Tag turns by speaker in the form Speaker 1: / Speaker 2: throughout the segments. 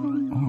Speaker 1: Oh,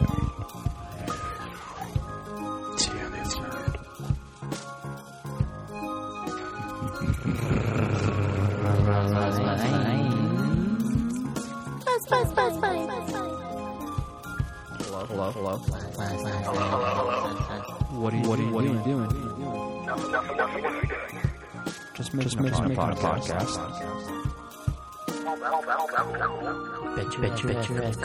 Speaker 2: I mean stay on the inside.
Speaker 3: Buzz, buzz, buzz, buzz, buzz, buzz.
Speaker 4: What are you, what are you, what doing? Are you doing? Just make just making a podcast.
Speaker 5: Bet you, bet you, bet you, bet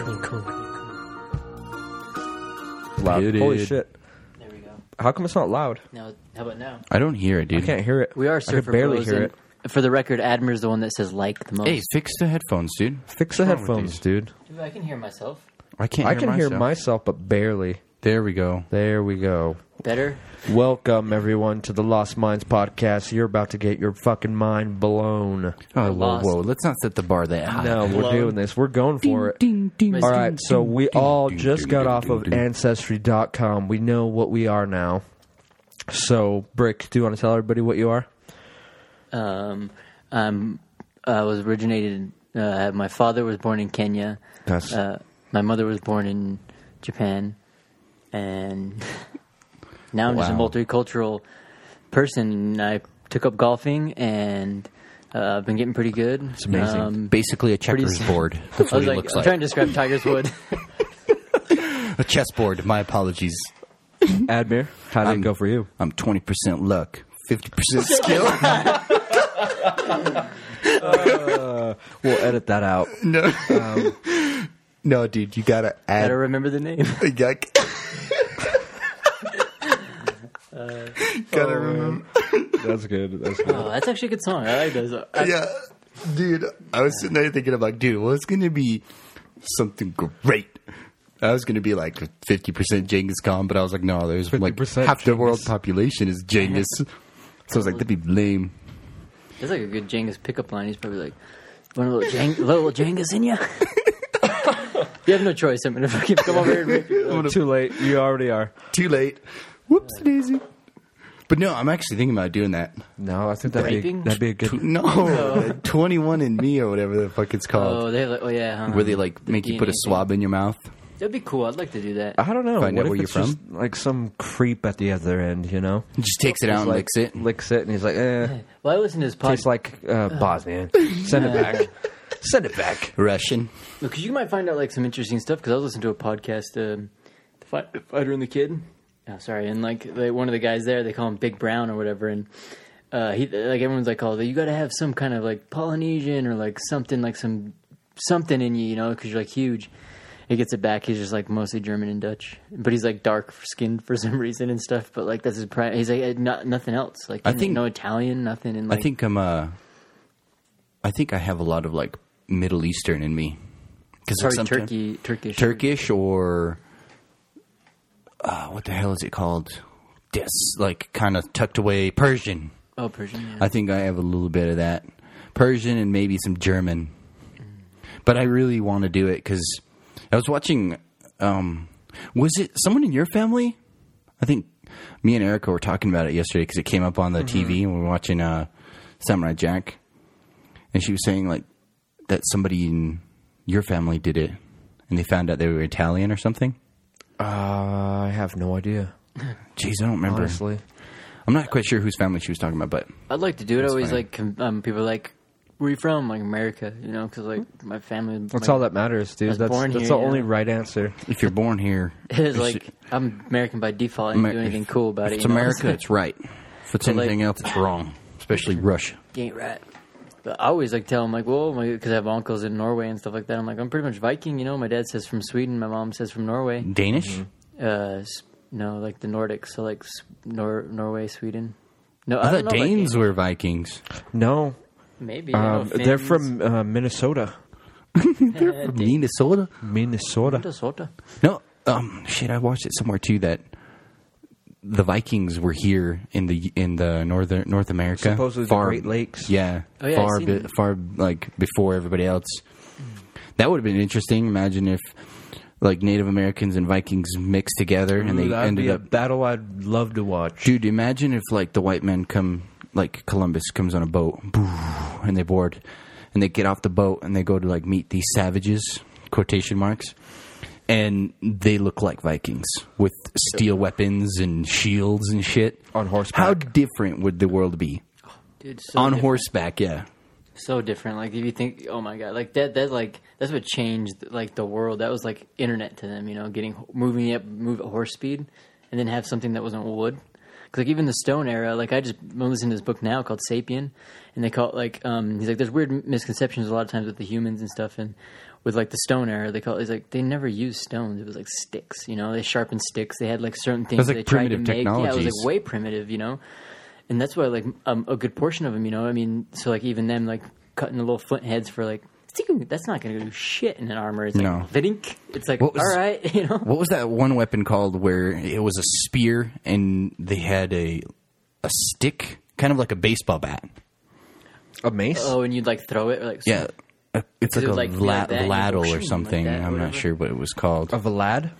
Speaker 5: you,
Speaker 6: Loud.
Speaker 1: Muted.
Speaker 6: Holy shit.
Speaker 5: There we go.
Speaker 6: How come it's not loud?
Speaker 5: Now, how about now?
Speaker 1: I don't hear it,
Speaker 6: I
Speaker 1: dude.
Speaker 6: can't hear it.
Speaker 5: We are
Speaker 6: I
Speaker 5: surfer
Speaker 6: can barely
Speaker 5: bros,
Speaker 6: hear
Speaker 5: and
Speaker 6: it.
Speaker 5: For the record, Admir's the one that says like the most.
Speaker 1: Hey, fix the headphones, dude.
Speaker 6: Fix the
Speaker 1: wrong with
Speaker 6: headphones,
Speaker 1: these?
Speaker 6: dude.
Speaker 5: Dude, I can hear myself
Speaker 1: I can't.
Speaker 6: I
Speaker 1: hear
Speaker 6: can
Speaker 1: myself.
Speaker 6: hear myself, but barely.
Speaker 1: There we go.
Speaker 6: There we go.
Speaker 5: better.
Speaker 6: Welcome everyone to the Lost Minds podcast. You're about to get your fucking mind blown.
Speaker 1: Oh, whoa,
Speaker 5: lost.
Speaker 1: whoa. Let's not set the bar that high.
Speaker 6: No, we're doing this. We're going for it.
Speaker 5: Miss-
Speaker 6: All right, so we all
Speaker 1: ding,
Speaker 6: just
Speaker 1: ding,
Speaker 6: got
Speaker 1: ding,
Speaker 6: off
Speaker 1: ding,
Speaker 6: of
Speaker 1: ding.
Speaker 6: ancestry.com. We know what we are now. So, Brick, do you want to tell everybody what you are?
Speaker 5: Um, I'm, I was originated. Uh, my father was born in Kenya.
Speaker 6: That's
Speaker 5: Uh, my mother was born in Japan, and now I'm just a
Speaker 1: Wow.
Speaker 5: multicultural person. And I took up golfing, and uh, I've been getting pretty good. Um, It's
Speaker 6: amazing.
Speaker 1: Basically, a checkers
Speaker 5: pretty-
Speaker 1: board. That's
Speaker 5: I
Speaker 1: what
Speaker 5: was
Speaker 1: it
Speaker 5: like,
Speaker 1: looks
Speaker 5: I'm
Speaker 1: like.
Speaker 5: trying to describe Tiger's Wood.
Speaker 1: A chessboard. My apologies.
Speaker 6: Admir. How did it go for you?
Speaker 1: I'm 20% um, luck, 50% skill.
Speaker 6: We'll edit that out.
Speaker 1: no. no, dude, you gotta add.
Speaker 5: Gotta remember the name.
Speaker 1: you gotta, gotta remember.
Speaker 6: That's good. That's good.
Speaker 5: Oh, that's actually a good song. I like those. I-
Speaker 1: Yeah. Dude, I was sitting there thinking, I'm like, dude, well, it's gonna be something great. I was gonna be like 50% Genghis Khan, but I was like, no, there's like
Speaker 6: 50%
Speaker 1: half the world population is Genghis. So I was like, that'd be lame.
Speaker 5: It's like a good Genghis pickup line. He's probably like, "Want a little, Jeng- little Genghis in ya?" you have no choice. I'm gonna fucking come over here and rape you.
Speaker 6: Too late. You already are.
Speaker 1: Too late. Whoops daisy. But no, I'm actually thinking about doing that.
Speaker 6: No, I think that'd be,
Speaker 5: Raping?
Speaker 6: that'd be a
Speaker 1: Tw-
Speaker 6: good.
Speaker 1: No, 21 and me or whatever the fuck it's called.
Speaker 5: Oh, they like, oh yeah. Huh?
Speaker 1: Uh, Where they like
Speaker 5: The
Speaker 1: make you put a Ah.
Speaker 5: DNA thing.
Speaker 1: swab in your mouth.
Speaker 5: That'd be cool. I'd like to do that.
Speaker 6: I don't know.
Speaker 1: Find
Speaker 6: what
Speaker 1: out
Speaker 6: if
Speaker 1: where
Speaker 6: it's
Speaker 1: you're
Speaker 6: just like some creep at the other end? You know,
Speaker 1: He just takes it out and
Speaker 6: like,
Speaker 1: licks it.
Speaker 6: licks it, and he's like, "Eh,
Speaker 5: Well, I listen to his podcast
Speaker 6: tastes like uh, Bosnian." Send it back. Send it back.
Speaker 1: Russian.
Speaker 5: because you might find out like some interesting stuff. Because I was listening to a podcast, um, the Fight- fighter and the kid. Oh, sorry, and like they, one of the guys there, they call him Big Brown or whatever, and. Uh, he like everyone's like, oh, you got to have some kind of like Polynesian or like something like some something in you, you know, because you're like huge. He gets it back. He's just like mostly German and Dutch, but he's like dark skinned for some reason and stuff. But like that's his pride. He's like eh, no, nothing else. Like
Speaker 1: I think-
Speaker 5: no Italian, nothing. And
Speaker 1: I
Speaker 5: like,
Speaker 1: think I'm uh I think I have a lot of like Middle Eastern in me. Cuz
Speaker 5: sorry, Turkey, Turkish,
Speaker 1: Turkish or uh, what the hell is it called? This like kind of tucked away Persian.
Speaker 5: Oh, Persian. Yeah.
Speaker 1: I think I have a little bit of that Persian and maybe some German. But I really want to do it because I was watching. Um, was it someone in your family? I think me and Erica were talking about it yesterday because it came up on the TV and we were watching uh, Samurai Jack, and she was saying like that somebody in your family did it, and they found out they were Italian or something.
Speaker 6: Uh, I have no idea.
Speaker 1: Jeez, I don't remember.
Speaker 6: Honestly,
Speaker 1: I'm not quite sure whose family she was talking about, but
Speaker 5: I'd like to do it. I always
Speaker 1: fine.
Speaker 5: like com- um, people are like, "Where you from?" Like America, you know, because like
Speaker 1: Hmm?
Speaker 5: my family.
Speaker 6: that's
Speaker 5: my-
Speaker 6: all that matters,
Speaker 5: I
Speaker 6: dude.
Speaker 5: was
Speaker 6: That's
Speaker 5: born
Speaker 6: that's
Speaker 5: here,
Speaker 6: the
Speaker 5: yeah.
Speaker 6: only right answer.
Speaker 1: if you're born here,
Speaker 5: It's
Speaker 1: you
Speaker 5: like
Speaker 1: should-
Speaker 5: I'm American by default. I didn't do
Speaker 1: Amer-
Speaker 5: anything cool about
Speaker 1: if
Speaker 5: it.
Speaker 1: It's
Speaker 5: you know?
Speaker 1: America. it's right. If it's
Speaker 5: But, like- Mm-hmm.
Speaker 1: anything else, it's wrong. Especially Russia.
Speaker 5: You ain't right. But I always like tell them like, "Whoa," because I have uncles in Norway and stuff like that. I'm like, I'm pretty much Viking, you know. My dad says from Sweden. My mom says from Norway.
Speaker 1: Danish.
Speaker 5: Uh, s- no, like the Nordics. So like s- Nor- Norway, Sweden. No,
Speaker 1: I,
Speaker 5: I, don't
Speaker 1: thought
Speaker 5: know about
Speaker 1: Danes
Speaker 5: Danes.
Speaker 1: were Vikings.
Speaker 6: No,
Speaker 5: Maybe I know
Speaker 6: um, they're
Speaker 5: Finns.
Speaker 6: from uh, Minnesota.
Speaker 1: Minnesota.
Speaker 6: Minnesota.
Speaker 5: Minnesota.
Speaker 1: No, um, shit. I watched it somewhere too that the Vikings were here in the in the northern North America.
Speaker 6: Supposedly the Great Lakes.
Speaker 1: Yeah,
Speaker 5: Oh, yeah, I've
Speaker 1: far
Speaker 5: seen
Speaker 1: be,
Speaker 5: that.
Speaker 1: far like before everybody else. That would have been interesting. Imagine if like Native Americans and Vikings mixed together, and they
Speaker 6: That'd
Speaker 1: ended
Speaker 6: be a
Speaker 1: up.
Speaker 6: battle I'd love to watch.
Speaker 1: Dude, imagine if like the white men come, like Columbus comes on a boat, and they board, and they get off the boat and they go to like meet these savages, quotation marks, and they look like Vikings with steel weapons and shields and shit
Speaker 6: On horseback.
Speaker 1: How different would the world be
Speaker 5: dude. So
Speaker 1: on
Speaker 5: different.
Speaker 1: horseback? Yeah,
Speaker 5: so different. Like if you think, oh my god, like that, that like that's what changed like the world. That was like internet to them, you know, getting moving up, move at horse speed, and then have something that wasn't wood. 'Cause, like even the stone era, like I just I'm listening to this book now called Sapien, and they call it like um he's like there's weird m- misconceptions a lot of times with the humans and stuff, and with like the stone era, they call it, it's like they never used stones. It was like sticks, you know, they sharpened sticks. They had like certain things
Speaker 1: was, like,
Speaker 5: they tried to
Speaker 1: primitive
Speaker 5: make. Yeah, it was
Speaker 1: technologies.
Speaker 5: like way primitive, you know and that's why like um, a good portion of them, you know, I mean, so like even them like cutting the little flint heads for like that's not going to do shit in an armor. It's like,
Speaker 1: No.
Speaker 5: vidink. It's like
Speaker 1: What was-
Speaker 5: all right, you know.
Speaker 1: what was that one weapon called where it was a spear and they had a a stick, kind of like a baseball bat?
Speaker 6: a mace?
Speaker 5: Oh, and you'd like throw it or like
Speaker 1: Yeah, uh, it's like
Speaker 5: Is it
Speaker 1: a
Speaker 5: like
Speaker 1: la-
Speaker 5: like that?
Speaker 1: ladle
Speaker 5: Like
Speaker 1: or something.
Speaker 5: that,
Speaker 1: I'm not
Speaker 5: whatever?
Speaker 1: sure what it was called.
Speaker 6: Of a lad?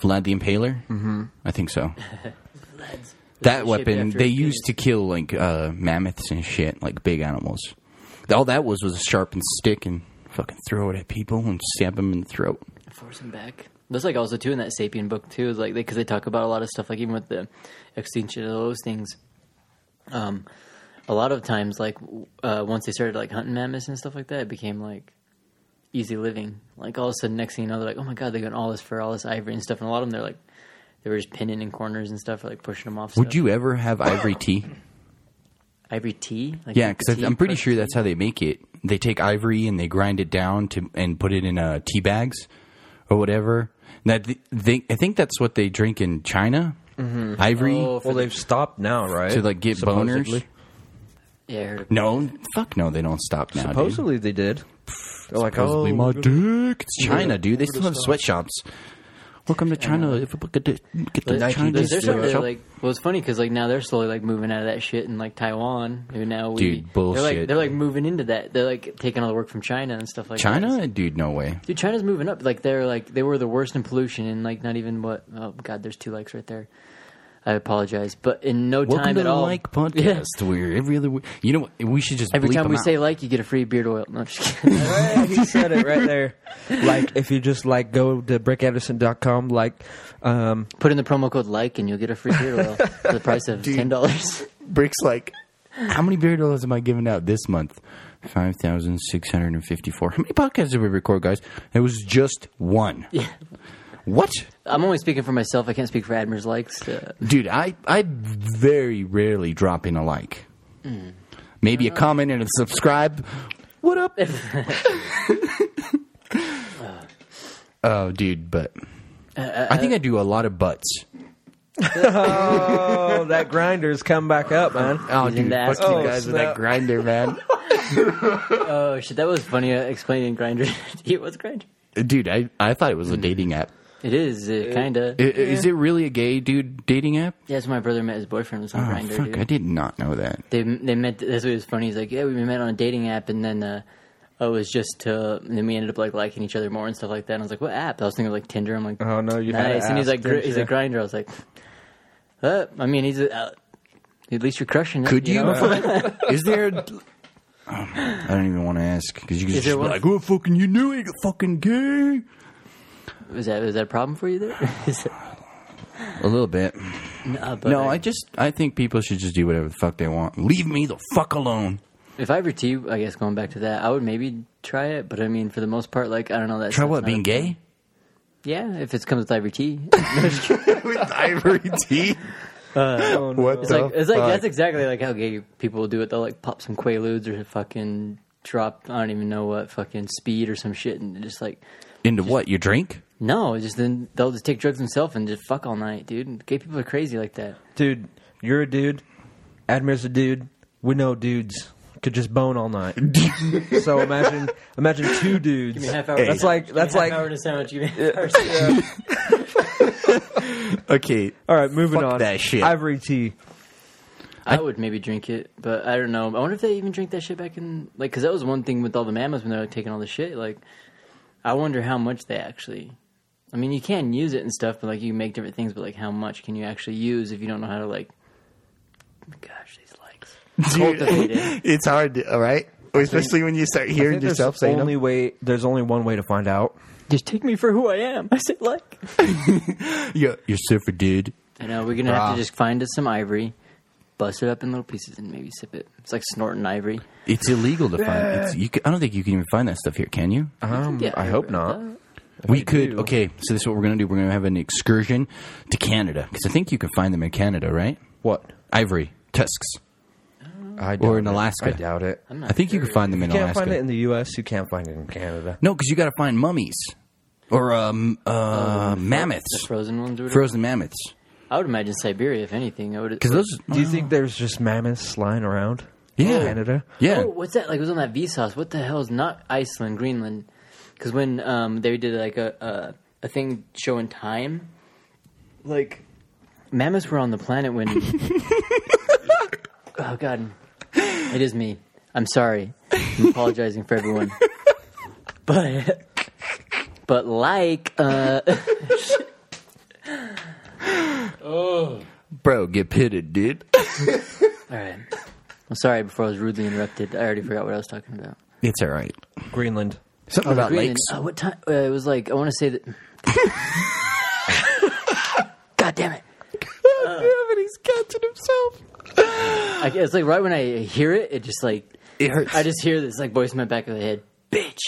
Speaker 1: Vlad the Impaler. Mm-hmm. I think so.
Speaker 5: shaped
Speaker 1: that weapon
Speaker 5: after
Speaker 1: they
Speaker 5: a
Speaker 1: used to kill like uh, mammoths and shit, like big animals. All that was was a sharpened stick and fucking throw it at people and stab them in the throat.
Speaker 5: force him back. That's like also too in that Sapien book too, is like because they talk about a lot of stuff, like even with the extinction of those things. Um, a lot of times, like w- uh, once they started like hunting mammoths and stuff like that, it became like easy living. Like all of a sudden, next thing you know, they're like, oh my god, they got all this fur, all this ivory and stuff, and a lot of them they're like they were just pinning in corners and stuff, or, like pushing them off.
Speaker 1: Would you ever have ivory tea?
Speaker 5: ivory tea? Like,
Speaker 1: Yeah,
Speaker 5: like the
Speaker 1: because
Speaker 5: tea
Speaker 1: I'm pretty
Speaker 5: pressed
Speaker 1: sure
Speaker 5: tea?
Speaker 1: that's how they make it. They take ivory and they grind it down to and put it in uh, tea bags or whatever. That they, I think that's what they drink in China. Ivory
Speaker 5: Oh, for
Speaker 6: Well,
Speaker 5: the-
Speaker 6: they've stopped now, right?
Speaker 1: to like get boners.
Speaker 6: Supposedly.
Speaker 5: yeah, I heard of-
Speaker 1: No, fuck no, they don't stop now. dude.
Speaker 6: Supposedly they did. They're like, oh,
Speaker 1: Supposedly my dick. It's China, dude. They still have sweatshops. Welcome to China. If we could get the- get the
Speaker 5: Like,
Speaker 1: Chinese
Speaker 5: they're starting to,
Speaker 1: sweatshop.
Speaker 5: like, well, it's funny because like now they're slowly like moving out of that shit in like Taiwan. Who now we
Speaker 1: Dude, bullshit.
Speaker 5: They're like, they're like moving into that. They're like taking all the work from China and stuff like that.
Speaker 1: China, dude, no way.
Speaker 5: Dude, China's moving up. Like they're like they were the worst in pollution and like not even what. Oh God, there's two likes right there. I apologize, but in no
Speaker 1: Welcome
Speaker 5: time
Speaker 1: to
Speaker 5: at
Speaker 1: the
Speaker 5: all.
Speaker 1: Like
Speaker 5: Yeah.
Speaker 1: Podcast. We're every other. week- You know what? We should just
Speaker 5: Every
Speaker 1: bleep
Speaker 5: time
Speaker 1: them
Speaker 5: we
Speaker 1: out.
Speaker 5: say like, you get a free beard oil. No, I'm just kidding.
Speaker 6: he said it right there. Like, if you just like go to brickanderson.com, like, um,
Speaker 5: Put in the promo code like, and you'll get a free beard oil for the price of ten dollars.
Speaker 1: Brick's like, how many beer dollars am I giving out this month? 5,654. How many podcasts did we record, guys? It was just one. Yeah. What?
Speaker 5: I'm only speaking for myself. I can't speak for Admir's likes. Uh,
Speaker 1: Dude, I, I very rarely drop in a like. Maybe a comment and a subscribe. What up? oh, dude, but. I think I do a lot of butts.
Speaker 6: oh, that grinder's come back up, man.
Speaker 1: Oh,
Speaker 5: He's in
Speaker 1: dude,
Speaker 5: the
Speaker 1: fuck
Speaker 5: asshole.
Speaker 1: you guys with that
Speaker 6: snap.
Speaker 1: grinder, man.
Speaker 5: Oh shit, that was funny uh, explaining Grinder. it was Grinder.
Speaker 1: dude, I, I thought it was a dating app.
Speaker 5: It is uh, kind of.
Speaker 1: I- Is it really a gay dude dating app?
Speaker 5: That's when my brother met his boyfriend was on
Speaker 1: Oh,
Speaker 5: Grinder.
Speaker 1: fuck, I
Speaker 5: Dude.
Speaker 1: did not know that.
Speaker 5: They they met. That's what was funny. He's like, yeah, we met on a dating app, and then uh, it was just to. And then we ended up like liking each other more and stuff like that. And I was like, what app? I was thinking of like Tinder. I'm like,
Speaker 6: Oh, no, you had to
Speaker 5: nice. And he's
Speaker 6: ask,
Speaker 5: like, gr-
Speaker 6: didn't
Speaker 5: he's
Speaker 6: you?
Speaker 5: a Grinder. I was like, uh, I mean, he's a, uh, at least you're crushing. It,
Speaker 1: Could you?
Speaker 5: know?
Speaker 1: Is there? A, oh, I don't even want to ask because you can
Speaker 5: Is
Speaker 1: just
Speaker 5: there
Speaker 1: be
Speaker 5: one-
Speaker 1: like, "Oh, fucking, you knew it, you fucking gay."
Speaker 5: Was that was that a problem for you there? Is it-
Speaker 1: A little bit.
Speaker 5: no, but uh,
Speaker 1: No, I just I think people should just do whatever the fuck they want. Leave me the fuck alone.
Speaker 5: If I were T, I guess going back to that, I would maybe try it. But I mean, for the most part, like I don't know that.
Speaker 1: Try
Speaker 5: stuff's
Speaker 1: what?
Speaker 5: not
Speaker 1: Being
Speaker 5: a-
Speaker 1: gay?
Speaker 5: Yeah, if it comes with Ivory T.
Speaker 1: With ivory teeth?
Speaker 6: Oh,
Speaker 1: what
Speaker 5: It's like it's like that's exactly like how gay people will do it. They'll like pop some quaaludes or fucking drop I don't even know what fucking speed or some shit and just like
Speaker 1: Into what? Your drink?
Speaker 5: no, just then they'll just take drugs themselves and just fuck all night, dude. Gay people are crazy like that.
Speaker 6: Dude, you're a dude. Admir's a dude. We know dudes could just bone all night. so imagine, imagine two dudes. That's like, that's like.
Speaker 5: hour sandwich.
Speaker 1: Okay.
Speaker 6: All right, moving
Speaker 1: Fuck
Speaker 6: on.
Speaker 1: that shit.
Speaker 6: Ivory tea.
Speaker 5: I would maybe drink it, but I don't know. I wonder if they even drink that shit back in like because that was one thing with all the mammoths when they're like taking all the shit. Like, I wonder how much they actually I mean, you can use it and stuff, but like you can make different things. But like, how much can you actually use if you don't know how to like? Gosh, these legs. Cultivate it.
Speaker 7: it's hard, to, all right? Especially when you start
Speaker 6: I
Speaker 7: hearing
Speaker 6: think there's
Speaker 7: yourself saying
Speaker 6: only way. There's only one way to find out.
Speaker 5: Just take me for who I am. I said like.
Speaker 1: Yeah, you're surfer dude.
Speaker 5: I know we're gonna have to just find us some ivory, bust it up in little pieces, and maybe sip it. It's like snorting ivory.
Speaker 1: It's illegal to find. It's, you can, I don't think you can even find that stuff here. Can you?
Speaker 6: Um,
Speaker 5: Yeah,
Speaker 6: I hope not.
Speaker 1: we could. Okay, so this is what we're gonna do. We're gonna have an excursion to Canada because I think you can find them in Canada, right?
Speaker 6: What?
Speaker 1: Ivory tusks.
Speaker 6: I doubt
Speaker 1: Or in
Speaker 6: it.
Speaker 1: Alaska.
Speaker 6: I doubt it.
Speaker 5: I'm
Speaker 1: I
Speaker 5: not
Speaker 1: think you
Speaker 5: sure.
Speaker 1: can find them in
Speaker 6: You can't
Speaker 1: Alaska.
Speaker 6: find it in the U.S. You can't find it in Canada.
Speaker 1: no, because you got to find mummies or um, uh,
Speaker 5: The
Speaker 1: mammoths,
Speaker 5: frozen ones. Or whatever.
Speaker 1: frozen mammoths.
Speaker 5: I would imagine Siberia, if anything. I would.
Speaker 1: Because those,
Speaker 6: Do you think there's just mammoths lying around? in
Speaker 1: yeah,
Speaker 6: Canada.
Speaker 1: yeah.
Speaker 5: Oh, what's that? Like, it was on that Vsauce. What the hell is not Iceland, Greenland? Because when um, they did like a, a a thing showing time, like mammoths were on the planet when. oh God, it is me. I'm sorry. I'm apologizing for everyone. But but like uh,
Speaker 1: bro, get pitted, dude.
Speaker 5: all right. I'm sorry before I was rudely interrupted. I already forgot what I was talking about.
Speaker 1: It's all right.
Speaker 6: Greenland.
Speaker 1: Something about
Speaker 5: Greenland.
Speaker 1: lakes.
Speaker 5: Uh, what time? Uh, it was like I want to say that. God damn it! God damn it! He's catching himself. I, it's like right when I hear it, it just like
Speaker 1: It hurts.
Speaker 5: I just hear this like voice in my back of the head, bitch.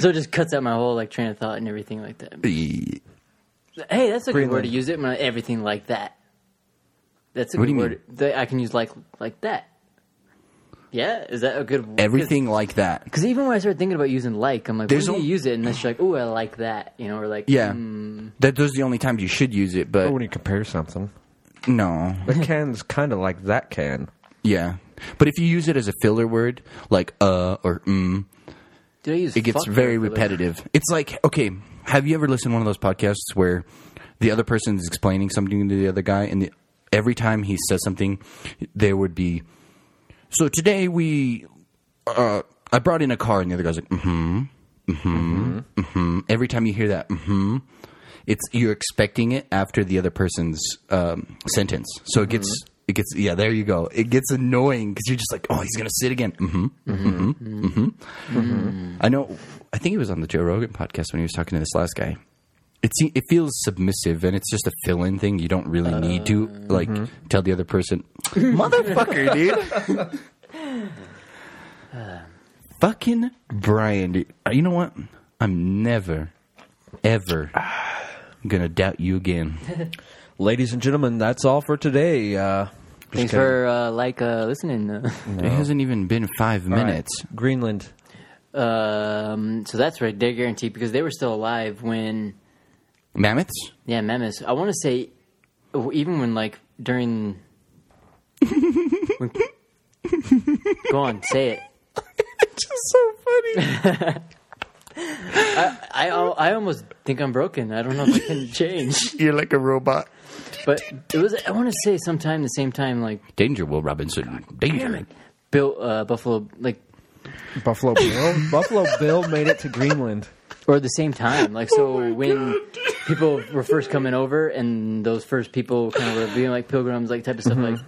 Speaker 5: so it just cuts out my whole like train of thought and everything like that. Hey, that's a good word to
Speaker 6: Greenland.
Speaker 5: use it. When I, everything like that. That's a
Speaker 1: What
Speaker 5: good
Speaker 1: do you
Speaker 5: word that I can use like like that. Yeah, is that a good word?
Speaker 1: Everything like that.
Speaker 5: Because even when I started thinking about using like, I'm like,
Speaker 1: There's
Speaker 5: There's when do
Speaker 1: al-
Speaker 5: you use it? And it's like, oh, I like that, you know, or like,
Speaker 1: Yeah,
Speaker 5: mm,
Speaker 1: that those are the only times you should use it. But
Speaker 6: Or when you compare something,
Speaker 1: no,
Speaker 6: the can's kind of like that can.
Speaker 1: yeah. But if you use it as a filler word, like uh or mm,
Speaker 5: did I use?
Speaker 1: it gets
Speaker 5: fuck
Speaker 1: very
Speaker 5: for those?
Speaker 1: repetitive. It's like okay, have you ever listened to one of those podcasts where the other person is explaining something to the other guy, and the, every time he says something, there would be. So today we, uh, I brought in a car, and the other guy's like, mm-hmm, mm-hmm, mm-hmm. Every time you hear that, mm-hmm, it's you're expecting it after the other person's um, sentence, so it gets. It gets yeah, there you go. It gets annoying because you're just like, oh, he's gonna sit again. hmm I know. I think it was on the Joe Rogan podcast when he was talking to this last guy. It se- it feels submissive, and it's just a fill-in thing. You don't really need to
Speaker 7: Uh,
Speaker 1: like
Speaker 7: mm-hmm.
Speaker 1: tell the other person, motherfucker, dude. Fucking Brian, dude. Uh, You know what? I'm never, ever gonna doubt you again.
Speaker 6: Ladies and gentlemen, that's all for today. Uh,
Speaker 5: Thanks for uh, like uh, listening. Uh,
Speaker 1: It hasn't even been five
Speaker 6: all right.
Speaker 1: minutes.
Speaker 6: Greenland.
Speaker 5: um, so that's right, they're guaranteed because they were still alive when,
Speaker 1: Mammoths?
Speaker 5: yeah, mammoths. I want to say, w- even when like during, when- go on, say it. It's just so funny. I, I al- I almost think I'm broken. I don't know if I can change.
Speaker 7: You're like a robot.
Speaker 5: But it was I want to say sometime the same time like
Speaker 1: Danger, Will Robinson. Danger.
Speaker 5: Bill uh, Buffalo like
Speaker 6: Buffalo Bill. Oh, Buffalo Bill made it to Greenland.
Speaker 5: or the same time like so when people were first coming over and those first people kind of were being like pilgrims like type of stuff like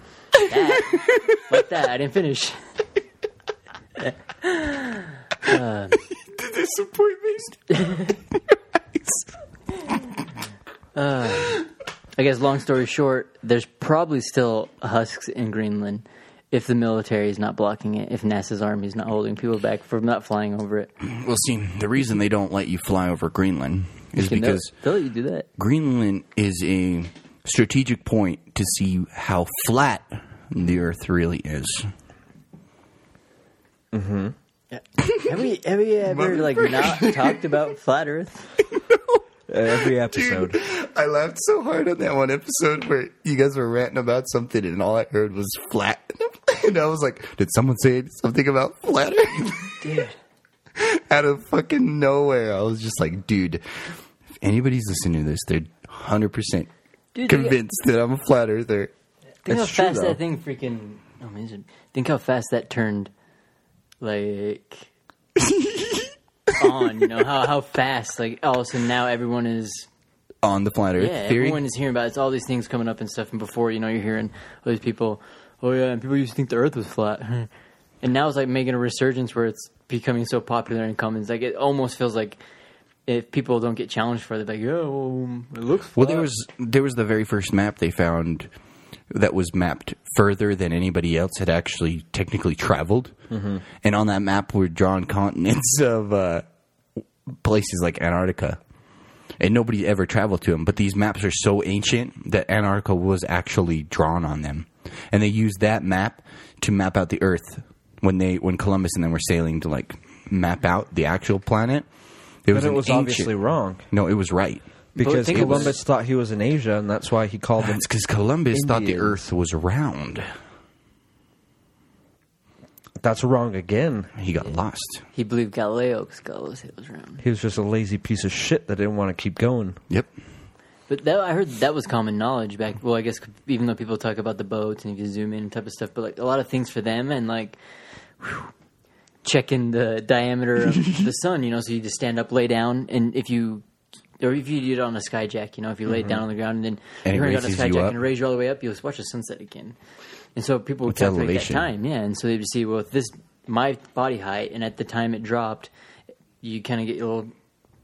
Speaker 5: that like that I didn't finish. Uh, Uh, I guess long story short, there's probably still husks in Greenland if the military is not blocking it, if NASA's army is not holding people back from not flying over it.
Speaker 1: Well, see, the reason they don't let you fly over Greenland is
Speaker 5: You know,
Speaker 1: because
Speaker 5: they'll let you do that.
Speaker 1: Greenland is a strategic point to see how flat the Earth really is.
Speaker 5: Have we, have we ever like not talked about flat Earth?
Speaker 6: Uh, Every episode.
Speaker 7: I laughed so hard on that one episode where you guys were ranting about something and all I heard was flat. And I was like, did someone say something about flat earth?
Speaker 5: Dude,
Speaker 7: Out of fucking nowhere. I was just like, dude,
Speaker 1: If anybody's listening to this, they're 100%
Speaker 5: dude,
Speaker 7: convinced that I'm a flat earther.
Speaker 5: Think, think how
Speaker 6: It's true,
Speaker 5: fast
Speaker 6: though.
Speaker 5: that thing freaking. Oh man, is it- think how fast that turned, like on. You know how how fast like all of a sudden now everyone is
Speaker 1: on the flat Earth
Speaker 5: yeah
Speaker 1: theory.
Speaker 5: everyone is hearing about it. it's all these things coming up and stuff. And before you know you're hearing all these people. Oh yeah, and people used to think the Earth was flat, and now it's like making a resurgence where it's becoming so popular and common. It's like it almost feels like if people don't get challenged for it, they're like, oh, it looks. Flat.
Speaker 1: Well,
Speaker 6: Uh,
Speaker 1: there was there was the very first map they found that was mapped further than anybody else had actually technically traveled,
Speaker 6: Mm-hmm.
Speaker 1: and on that map were drawn continents of uh, places like Antarctica, and nobody ever traveled to them. But these maps are so ancient that Antarctica was actually drawn on them, and they used that map to map out the Earth when they when Columbus and them were sailing to like map out the actual planet. It
Speaker 6: But it
Speaker 1: an
Speaker 6: was
Speaker 1: ancient-
Speaker 6: obviously wrong
Speaker 1: No, it was right.
Speaker 6: because
Speaker 5: think it was-
Speaker 6: Columbus thought he was in Asia, and that's why he called them.
Speaker 1: That's because Columbus thought the
Speaker 6: Indians.
Speaker 1: Earth was round.
Speaker 6: That's wrong again.
Speaker 1: He got lost.
Speaker 5: He believed Galileo because Galileo's head was round.
Speaker 6: He was just a lazy piece of shit that didn't want to keep going.
Speaker 1: Yep.
Speaker 5: But that, I heard that was common knowledge back. Well, I guess even though people talk about the boats and if you zoom in and type of stuff, but like a lot of things for them and like whew, checking the diameter of the sun. You know, so you just stand up, lay down, and if you or if you did it on a skyjack, you know, if you laid down on the ground and then
Speaker 1: Mm-hmm. And it
Speaker 5: you're on a
Speaker 1: raises you
Speaker 5: skyjack
Speaker 1: up.
Speaker 5: and raise you all the way up, you'll watch the sunset again. And so people would
Speaker 1: It's
Speaker 5: calculate
Speaker 1: elevation.
Speaker 5: that time, yeah. And so they would see, well, if this my body height, and at the time it dropped, you kind of get your little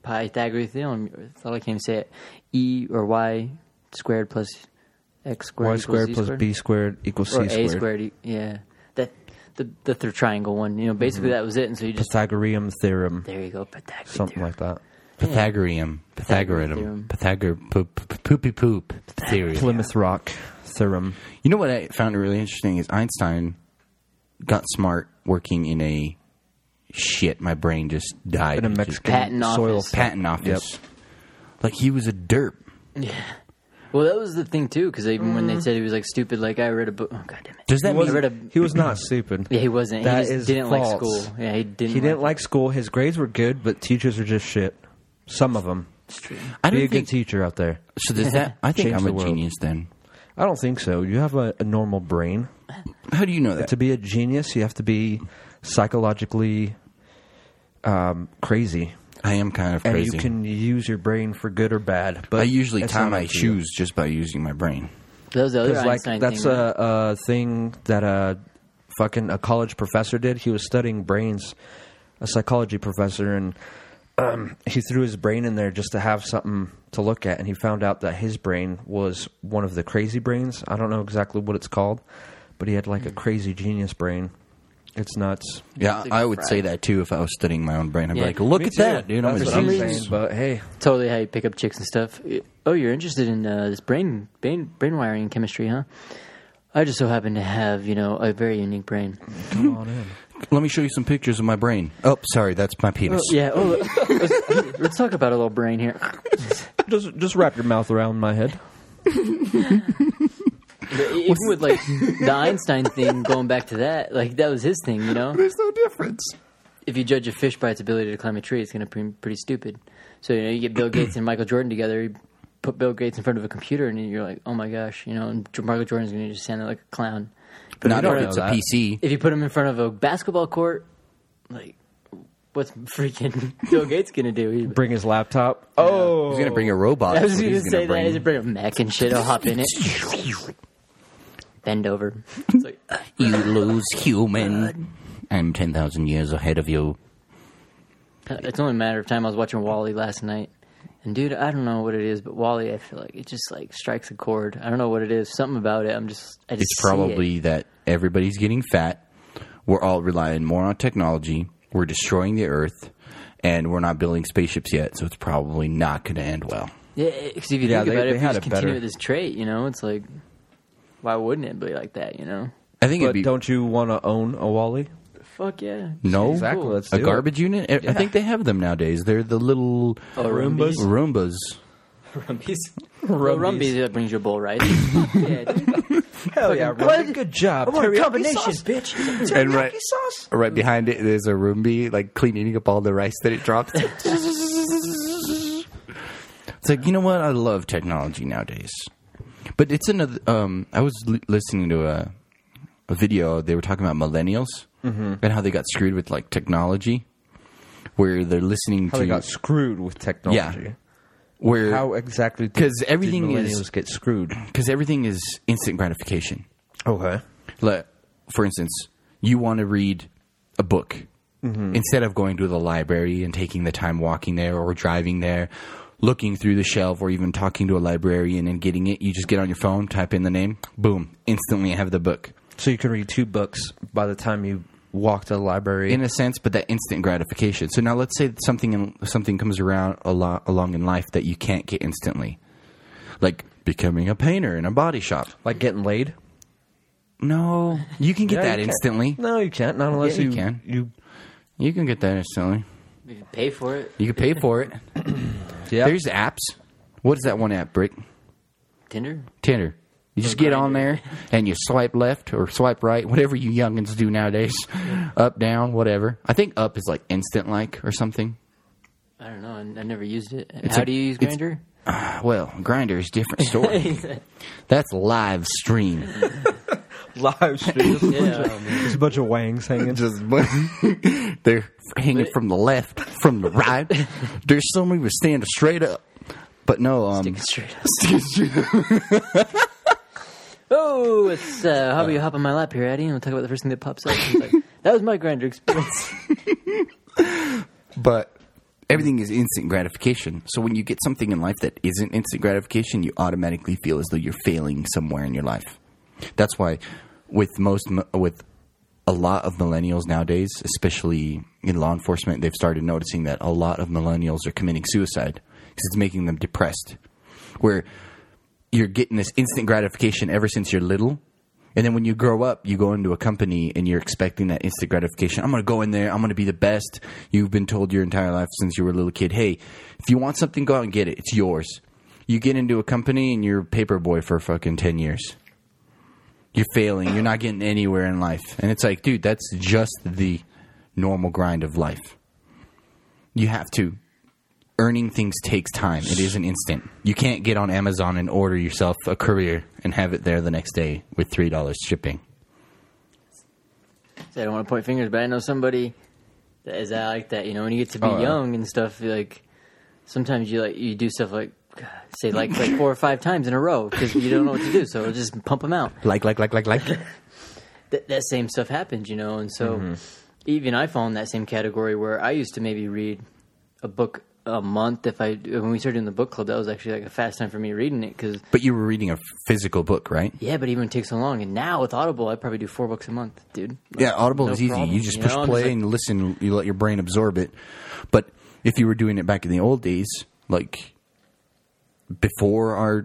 Speaker 5: Pythagorean theorem. I thought I can't even say it. E or y squared plus x squared equals
Speaker 6: Y squared
Speaker 5: z
Speaker 6: plus B squared equals
Speaker 5: or
Speaker 6: C
Speaker 5: a
Speaker 6: squared.
Speaker 5: squared. e- Yeah, that the the third triangle one. You know, basically that was it. And so you just
Speaker 6: Pythagorean theorem,
Speaker 5: there you go, Pythagorean
Speaker 6: Mm-hmm. something like that.
Speaker 1: Pythagorean. Pythagorean.
Speaker 5: Pythagorean
Speaker 1: Pythagor. Poop, poop- poopy poop. Theory.
Speaker 6: Plymouth Rock theorem.
Speaker 1: You know what I found really interesting is Einstein got smart working in a shit. My brain just
Speaker 6: In
Speaker 1: died.
Speaker 6: a
Speaker 1: It just-
Speaker 6: Mexican
Speaker 5: Patent
Speaker 6: soil.
Speaker 5: office.
Speaker 1: patent office. Like he was a derp.
Speaker 5: Well, that was the thing too, because even when they said he was like stupid, like I read a book. Oh God damn it!
Speaker 1: Does that
Speaker 5: I
Speaker 1: mean-
Speaker 5: read a?
Speaker 6: He was not stupid.
Speaker 5: Yeah, he wasn't.
Speaker 6: That
Speaker 5: he just
Speaker 6: is
Speaker 5: didn't like
Speaker 6: false.
Speaker 5: school. Yeah, he didn't.
Speaker 6: He didn't like school. His grades were good, but teachers are just shit. Some of them.
Speaker 1: I
Speaker 6: Be a
Speaker 1: don't
Speaker 6: good
Speaker 1: think.
Speaker 6: teacher out there.
Speaker 1: So does that? I think
Speaker 6: Change
Speaker 1: I'm
Speaker 6: the
Speaker 1: a
Speaker 6: world.
Speaker 1: genius then.
Speaker 6: I don't think so. You have a, a normal brain.
Speaker 1: How do you know that?
Speaker 6: To be a genius, you have to be psychologically um, crazy,
Speaker 1: I am kind of
Speaker 6: and
Speaker 1: crazy.
Speaker 6: you can use your brain for good or bad. But
Speaker 1: I usually
Speaker 6: it's
Speaker 1: tie
Speaker 6: not
Speaker 1: my
Speaker 6: up to you.
Speaker 1: shoes just by using my brain.
Speaker 5: That was the other
Speaker 6: 'Cause, like
Speaker 5: Einstein
Speaker 6: that's
Speaker 5: thing.
Speaker 6: a, a thing that a fucking a college professor did. He was studying brains, a psychology professor, and um, he threw his brain in there just to have something to look at. And he found out that his brain was one of the crazy brains. I don't know exactly what it's called, but he had like
Speaker 5: Hmm.
Speaker 6: a crazy genius brain. It's nuts.
Speaker 1: Yeah,
Speaker 5: Big
Speaker 1: I would
Speaker 5: fry.
Speaker 1: say that too if I was studying my own brain. I'd
Speaker 5: Yeah,
Speaker 1: be like, look
Speaker 5: me
Speaker 1: at
Speaker 5: too.
Speaker 1: that, dude. I'm a
Speaker 6: That's what I'm
Speaker 1: genius.
Speaker 6: saying. But hey,
Speaker 5: totally how you pick up chicks and stuff. Oh, you're interested in uh, this brain, brain brain wiring and chemistry, huh? I just so happen to have, you know, a very unique brain.
Speaker 6: come on in.
Speaker 1: Let me show you some pictures of my brain. Oh, sorry, that's my penis.
Speaker 5: yeah. Oh, let's, let's talk about a little brain here.
Speaker 6: Just just wrap your mouth around my head.
Speaker 5: Even with like the Einstein thing, going back to that, like that was his thing, you know.
Speaker 7: There's no difference.
Speaker 5: If you judge a fish by its ability to climb a tree, it's going to be pretty stupid. So you know, you get Bill Gates and Michael Jordan together. You put Bill Gates in front of a computer, and you're like, oh my gosh, you know, and Michael Jordan's going to just stand there like a clown. But
Speaker 1: Not
Speaker 5: if you
Speaker 1: if
Speaker 5: put-
Speaker 1: it's a
Speaker 6: know that.
Speaker 1: PC.
Speaker 5: if you put him in front of a basketball court, like what's freaking Bill Gates gonna do? He,
Speaker 6: Bring his laptop. Oh,
Speaker 1: He's gonna bring a robot.
Speaker 5: I was
Speaker 1: That's what
Speaker 5: gonna
Speaker 1: he's
Speaker 5: say that.
Speaker 1: bring.
Speaker 5: He's bring a Mac and shit. I'll hop in it. Bend over. It's like,
Speaker 1: You lose, human. I'm ten thousand years ahead of you.
Speaker 5: it's only a matter of time. I was watching Wally last night, and dude, I don't know what it is, but Wally, I feel like it just like strikes a chord. I don't know what it is. Something about it. I'm just. I just
Speaker 1: It's
Speaker 5: see it.
Speaker 1: probably that everybody's getting fat. We're all relying more on technology. We're destroying the Earth, and we're not building spaceships yet. So it's probably not going to end well.
Speaker 5: yeah. Because if you
Speaker 6: Yeah,
Speaker 5: think
Speaker 6: they-
Speaker 5: about
Speaker 6: they
Speaker 5: it, if you
Speaker 6: had
Speaker 5: just
Speaker 6: it
Speaker 5: continue
Speaker 6: better.
Speaker 5: with this trait, you know, it's like, why wouldn't it be like that? You know,
Speaker 1: I think
Speaker 6: but
Speaker 1: it'd be
Speaker 6: don't you want to own a Wally?
Speaker 5: fuck yeah.
Speaker 1: no
Speaker 6: Exactly, let's
Speaker 1: a
Speaker 6: do it.
Speaker 1: garbage unit. I- I think they have them nowadays. They're the little
Speaker 5: Oh, Roombas?
Speaker 1: Roombas.
Speaker 5: Rumbies. Rumbies that brings you a bowl, right? yeah,
Speaker 6: Hell yeah, Ryan. Good job. Teriyaki sauce.
Speaker 5: bitch.
Speaker 7: And right, right behind it, there's a Roomba like cleaning up all the rice that it dropped.
Speaker 1: It's like you know what? I love technology nowadays, but it's another. Um, I was l- listening to a,
Speaker 6: Mm-hmm.
Speaker 1: a video. They were talking about millennials and how they got screwed with like technology. where they're listening
Speaker 6: How
Speaker 1: to
Speaker 6: they got screwed with technology.
Speaker 1: where
Speaker 6: How exactly? did-
Speaker 1: 'Cause
Speaker 6: did
Speaker 1: everything
Speaker 6: millennials
Speaker 1: is-
Speaker 6: get screwed.
Speaker 1: because everything is instant gratification.
Speaker 6: Okay.
Speaker 1: Like, for instance, you want to read a book
Speaker 6: Mm-hmm.
Speaker 1: instead of going to the library and taking the time walking there or driving there, looking through the shelf, or even talking to a librarian and getting it. You just get on your phone, type in the name, boom, instantly have the book.
Speaker 6: So you could read two books by the time you walk to the library.
Speaker 1: in a sense, but that instant gratification. So now, let's say that something in, something comes around a lot along in life that you can't get instantly, like becoming a painter in a body shop.
Speaker 6: like getting laid.
Speaker 1: No, you can get
Speaker 6: Yeah,
Speaker 1: that
Speaker 6: you can.
Speaker 1: instantly.
Speaker 6: No, you can't. Not unless
Speaker 1: Yeah, you
Speaker 6: you,
Speaker 1: can.
Speaker 6: You
Speaker 1: You can get that instantly.
Speaker 5: You can pay for it.
Speaker 1: You can pay for it.
Speaker 6: yeah.
Speaker 1: There's apps. What is that one app, Brick?
Speaker 5: Tinder.
Speaker 1: Tinder. You just get on there and you swipe left or swipe right, whatever you youngins do nowadays. Up, down, whatever. I think up is like instant like or something.
Speaker 5: I don't know. I, I never used it. How
Speaker 1: a-
Speaker 5: do you use
Speaker 1: it's-
Speaker 5: Grinder?
Speaker 1: Well, Grinder is a different story. That's live stream.
Speaker 6: live stream. Just, a bunch
Speaker 5: Yeah.
Speaker 6: of, just a bunch of wangs hanging.
Speaker 7: Just
Speaker 1: They're hanging from the left, from the right. There's some even standing straight up. But no, um,
Speaker 5: Straight up. Oh, it's uh, how about you hop on my lap here, Eddie, and we'll talk about the first thing that pops up. It's like, that was my Grinder experience.
Speaker 7: but
Speaker 1: everything is instant gratification. So when you get something in life that isn't instant gratification, you automatically feel as though you're failing somewhere in your life. That's why with most m- with a lot of millennials nowadays, especially in law enforcement, they've started noticing that a lot of millennials are committing suicide because it's making them depressed. Where you're getting this instant gratification ever since you're little. And then when you grow up, you go into a company and you're expecting that instant gratification. I'm going to go in there. I'm going to be the best. You've been told your entire life since you were a little kid. Hey, if you want something, go out and get it. It's yours. You get into a company and you're a paper boy for fucking 10 years. You're failing. You're not getting anywhere in life. And it's like, dude, that's just the normal grind of life. You have to earning things takes time. It isn't instant. You can't get on Amazon and order yourself a courier and have it there the next day with three dollars shipping.
Speaker 5: I don't want to point fingers, but I know somebody that is that like that. You know, when you get to be
Speaker 1: Oh, yeah.
Speaker 5: young and stuff, you're like sometimes you like you do stuff like say like like four or five times in a row because you don't know what to do, so just pump them out.
Speaker 1: Like, like, like, like, like.
Speaker 5: that that same stuff happens, you know. And so,
Speaker 6: Mm-hmm.
Speaker 5: even I fall in that same category where I used to maybe read a book a month. If I when we started in the book club, that was actually like a fast time for me reading it because
Speaker 1: but you were reading a physical book, right?
Speaker 5: yeah, but even it takes so long. And now with Audible, I probably do four books a month, dude.
Speaker 1: Yeah, Audible
Speaker 5: No
Speaker 1: is easy.
Speaker 5: problem.
Speaker 1: You just
Speaker 5: You
Speaker 1: push
Speaker 5: know, I'm just
Speaker 1: play
Speaker 5: like-
Speaker 1: and listen. You let your brain absorb it. But if you were doing it back in the old days, like before our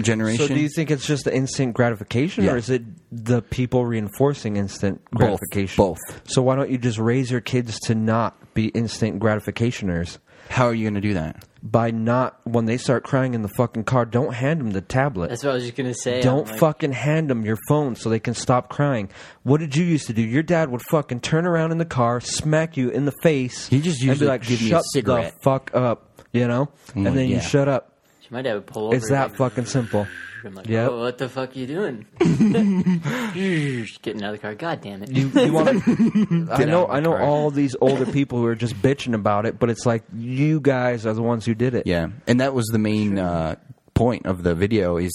Speaker 1: generation,
Speaker 6: So do you think it's just the instant gratification,
Speaker 1: Yeah.
Speaker 6: or is it the people reinforcing instant gratification?
Speaker 1: both.
Speaker 6: So why don't you just raise your kids to not be instant gratificationers?
Speaker 1: how are you going to do that?
Speaker 6: By not when they start crying in the fucking car, don't hand them the tablet.
Speaker 5: That's what I was just gonna say.
Speaker 6: Don't
Speaker 5: I'm like,
Speaker 6: fucking hand them your phone so they can stop crying. What did you used to do? Your dad would fucking turn around in the car, smack you in the face.
Speaker 1: He just
Speaker 6: and be
Speaker 1: usually
Speaker 6: like,
Speaker 1: give me a
Speaker 6: "Shut
Speaker 1: cigarette."
Speaker 6: the fuck up," you know, and
Speaker 1: like,
Speaker 6: then
Speaker 1: yeah.
Speaker 6: you shut up.
Speaker 5: My dad would pull over.
Speaker 6: It's that
Speaker 5: and-
Speaker 6: fucking simple.
Speaker 5: I'm like,
Speaker 6: Yep.
Speaker 5: oh, what the fuck you doing? Getting out of the car. God damn it.
Speaker 6: You, you want to? I know.
Speaker 1: of my
Speaker 6: I know
Speaker 1: car.
Speaker 6: all these older people who are just bitching about it, but it's like you guys are the ones who did it.
Speaker 1: Yeah, and that was the main uh, point of the video. Is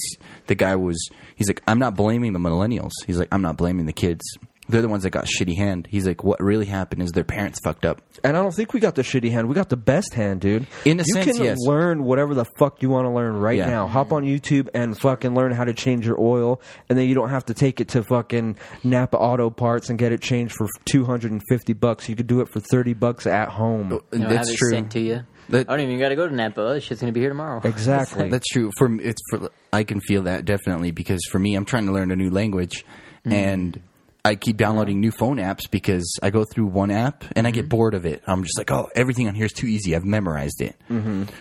Speaker 1: the guy was he's like, I'm not blaming the millennials. He's like, I'm not blaming the kids. They're the ones that got shitty hand. He's like, what really happened is their parents fucked up.
Speaker 6: And I don't think we got the shitty hand. We got the best hand, dude.
Speaker 1: In a
Speaker 6: you
Speaker 1: sense,
Speaker 6: can
Speaker 1: yes.
Speaker 6: learn whatever the fuck you want to learn right
Speaker 1: Yeah.
Speaker 6: now. Hop on YouTube and fucking learn how to change your oil, and then you don't have to take it to fucking Napa Auto Parts and get it changed for two hundred and fifty bucks. You could do it for thirty bucks at home.
Speaker 1: Oh.
Speaker 5: You know, have
Speaker 1: That's
Speaker 5: it
Speaker 1: true.
Speaker 5: Sent to you.
Speaker 1: That-
Speaker 5: I don't even gotta go to Napa. That shit's gonna be here tomorrow.
Speaker 6: Exactly.
Speaker 1: That's true. For me, it's for I can feel that definitely because for me, I'm trying to learn a new language, and I keep downloading new phone apps because I go through one app and I get bored of it. I'm just like, oh, everything on here is too easy. I've memorized it.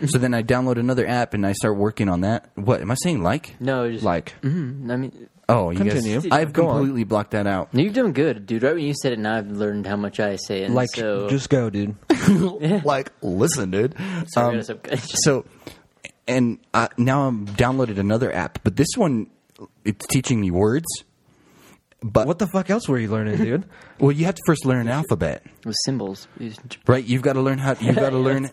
Speaker 1: so then I download another app and I start working on that. What am I saying? Like,
Speaker 5: No, just
Speaker 6: like
Speaker 1: Mm-hmm.
Speaker 5: I mean,
Speaker 1: oh, you guys-
Speaker 6: Continue.
Speaker 1: I've
Speaker 6: Go on.
Speaker 1: completely blocked that out.
Speaker 5: You've done good, dude. Right when you said it, now I've learned how much I say it.
Speaker 6: like
Speaker 5: so,
Speaker 6: just go, dude.
Speaker 7: like, listen, dude.
Speaker 5: so
Speaker 1: um,
Speaker 5: I'm gonna sub-
Speaker 1: so and uh, I, now I'm downloaded another app, but this one it's teaching me words,
Speaker 7: But
Speaker 6: What the fuck else were you learning, dude?
Speaker 1: Well, you have to first learn an alphabet,
Speaker 5: with symbols. It's-
Speaker 1: right? You've got to learn how. You've got to learn.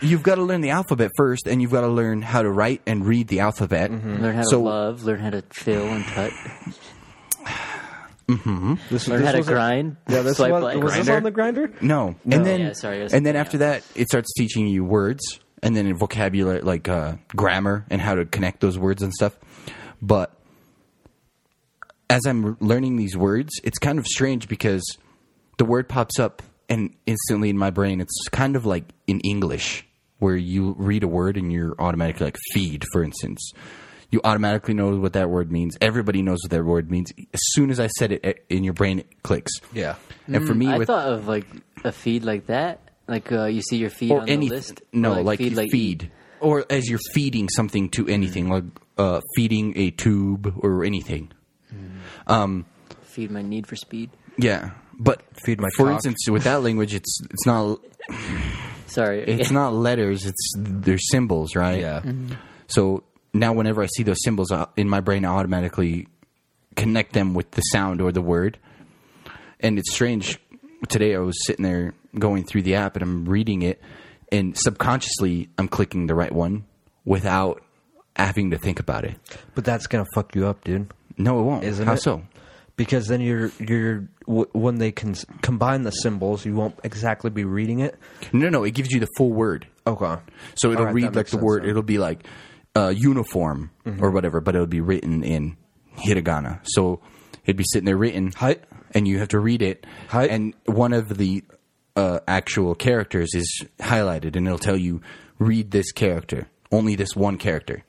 Speaker 1: You've got to learn the alphabet first, and you've got to learn how to write and read the alphabet.
Speaker 6: Mm-hmm.
Speaker 5: Learn how
Speaker 1: So-
Speaker 5: to love. Learn how to fill and cut.
Speaker 6: This,
Speaker 5: Learn
Speaker 6: this
Speaker 5: how to
Speaker 6: was a-
Speaker 5: grind.
Speaker 6: yeah, this
Speaker 5: swipe
Speaker 6: was,
Speaker 5: left.
Speaker 6: was this
Speaker 1: Grinder?
Speaker 6: on the grinder?
Speaker 1: No, and then
Speaker 5: Yeah, sorry, I was
Speaker 1: and then
Speaker 5: thinking
Speaker 1: after that, it starts teaching you words and then vocabulary, like uh, grammar and how to connect those words and stuff. But as I'm r- learning these words, it's kind of strange because the word pops up and instantly in my brain, it's kind of like in English where you read a word and you're automatically like feed, for instance. You automatically know what that word means. Everybody knows what that word means. As soon as I said it, it in your brain, it clicks.
Speaker 6: Yeah.
Speaker 1: And for me,
Speaker 5: Mm, I
Speaker 1: with
Speaker 5: thought of like a feed like that. Like uh, you see your feed
Speaker 1: or
Speaker 5: on
Speaker 1: any
Speaker 5: the list.
Speaker 1: No,
Speaker 5: Or,
Speaker 1: like, feed,
Speaker 5: eat.
Speaker 1: or as you're feeding something to anything, like uh, feeding a tube or anything.
Speaker 5: feed my need for speed.
Speaker 1: Yeah, but
Speaker 6: Feed my
Speaker 1: for
Speaker 6: cock.
Speaker 1: instance with that language, it's it's not
Speaker 5: Sorry.
Speaker 1: it's not letters, it's they're symbols, right?
Speaker 6: Yeah.
Speaker 1: So now whenever I see those symbols uh, in my brain, I automatically connect them with the sound or the word. And it's strange. Today I was sitting there going through the app and I'm reading it, and subconsciously I'm clicking the right one without having to think about it.
Speaker 6: But that's gonna fuck you up, dude.
Speaker 1: No, it won't.
Speaker 6: Isn't
Speaker 1: How
Speaker 6: it?
Speaker 1: so?
Speaker 6: Because then you're you're w- when they can combine the symbols, you won't exactly be reading it.
Speaker 1: No, no, it gives you the full word.
Speaker 6: Okay.
Speaker 1: So it'll
Speaker 6: All right, that
Speaker 1: read like
Speaker 6: makes
Speaker 1: the
Speaker 6: sense, Mm-hmm.
Speaker 1: word.
Speaker 6: then.
Speaker 1: It'll be like uh, uniform or whatever, but it'll be written in hiragana. So it'd be sitting there written,
Speaker 6: Hi.
Speaker 1: and you have to read it.
Speaker 6: Hi.
Speaker 1: And one of the uh, actual characters is highlighted, and it'll tell you read this character, only this one character.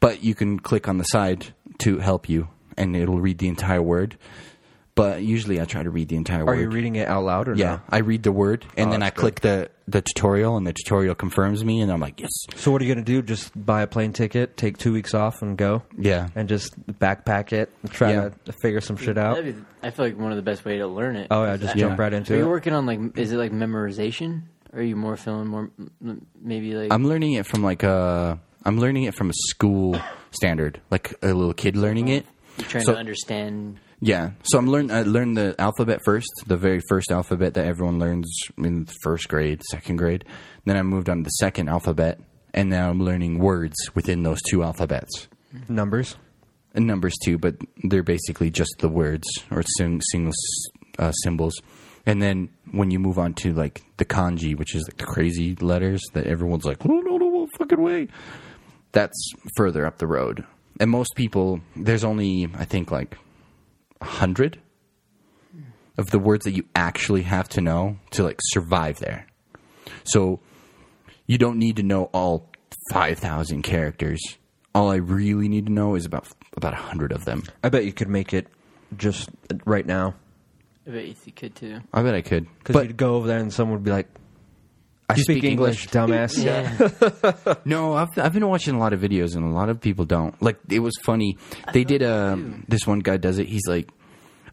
Speaker 1: But you can click on the side to help you, and it'll read the entire word. But usually, I try to read the entire
Speaker 6: Are
Speaker 1: word.
Speaker 6: you reading it out loud or
Speaker 1: Yeah,
Speaker 6: no?
Speaker 1: Uh, I read the word and then I click the the tutorial, and the tutorial confirms me, and I'm like, yes,
Speaker 6: So what are you gonna do? Just buy a plane ticket, take two weeks off, and go?
Speaker 1: Yeah.
Speaker 6: And just backpack it, and try
Speaker 1: Yeah.
Speaker 6: to figure some shit out.
Speaker 5: That'd be- I feel like one of the best way to learn it.
Speaker 6: Oh yeah, just
Speaker 1: Yeah.
Speaker 6: jump right into
Speaker 5: Are
Speaker 6: it.
Speaker 5: you working on like? Is it like memorization? Or are you more feeling more m- maybe like?
Speaker 1: I'm learning it from like a I'm learning it from a school standard, like a little kid learning it.
Speaker 5: You're trying
Speaker 1: so-
Speaker 5: to understand.
Speaker 1: Yeah, so I'm learn I learned the alphabet first, the very first alphabet that everyone learns in first grade, second grade. Then I moved on to the second alphabet, and now I'm learning words within those two alphabets.
Speaker 6: Numbers.
Speaker 1: and numbers too, but they're basically just the words or sing- single s- uh, symbols. And then when you move on to like the kanji, which is like the crazy letters that everyone's like, no, no, no, no fucking way. That's further up the road. And most people, there's only I think like a hundred of the words that you actually have to know to like survive there. So you don't need to know all 5,000 characters. All I really need to know is about about 100 of them.
Speaker 6: I bet you could make it just uh, right now.
Speaker 5: I bet you could too.
Speaker 1: I bet I could.
Speaker 6: Because
Speaker 1: But
Speaker 6: you'd go over there and someone would be like, "I
Speaker 1: You
Speaker 6: speak,
Speaker 1: speak
Speaker 6: English, dumbass."
Speaker 5: Yeah.
Speaker 1: no, I've, I've been watching a lot of videos and a lot of people don't. Like, it was funny. They did a. This one guy does it. He's like,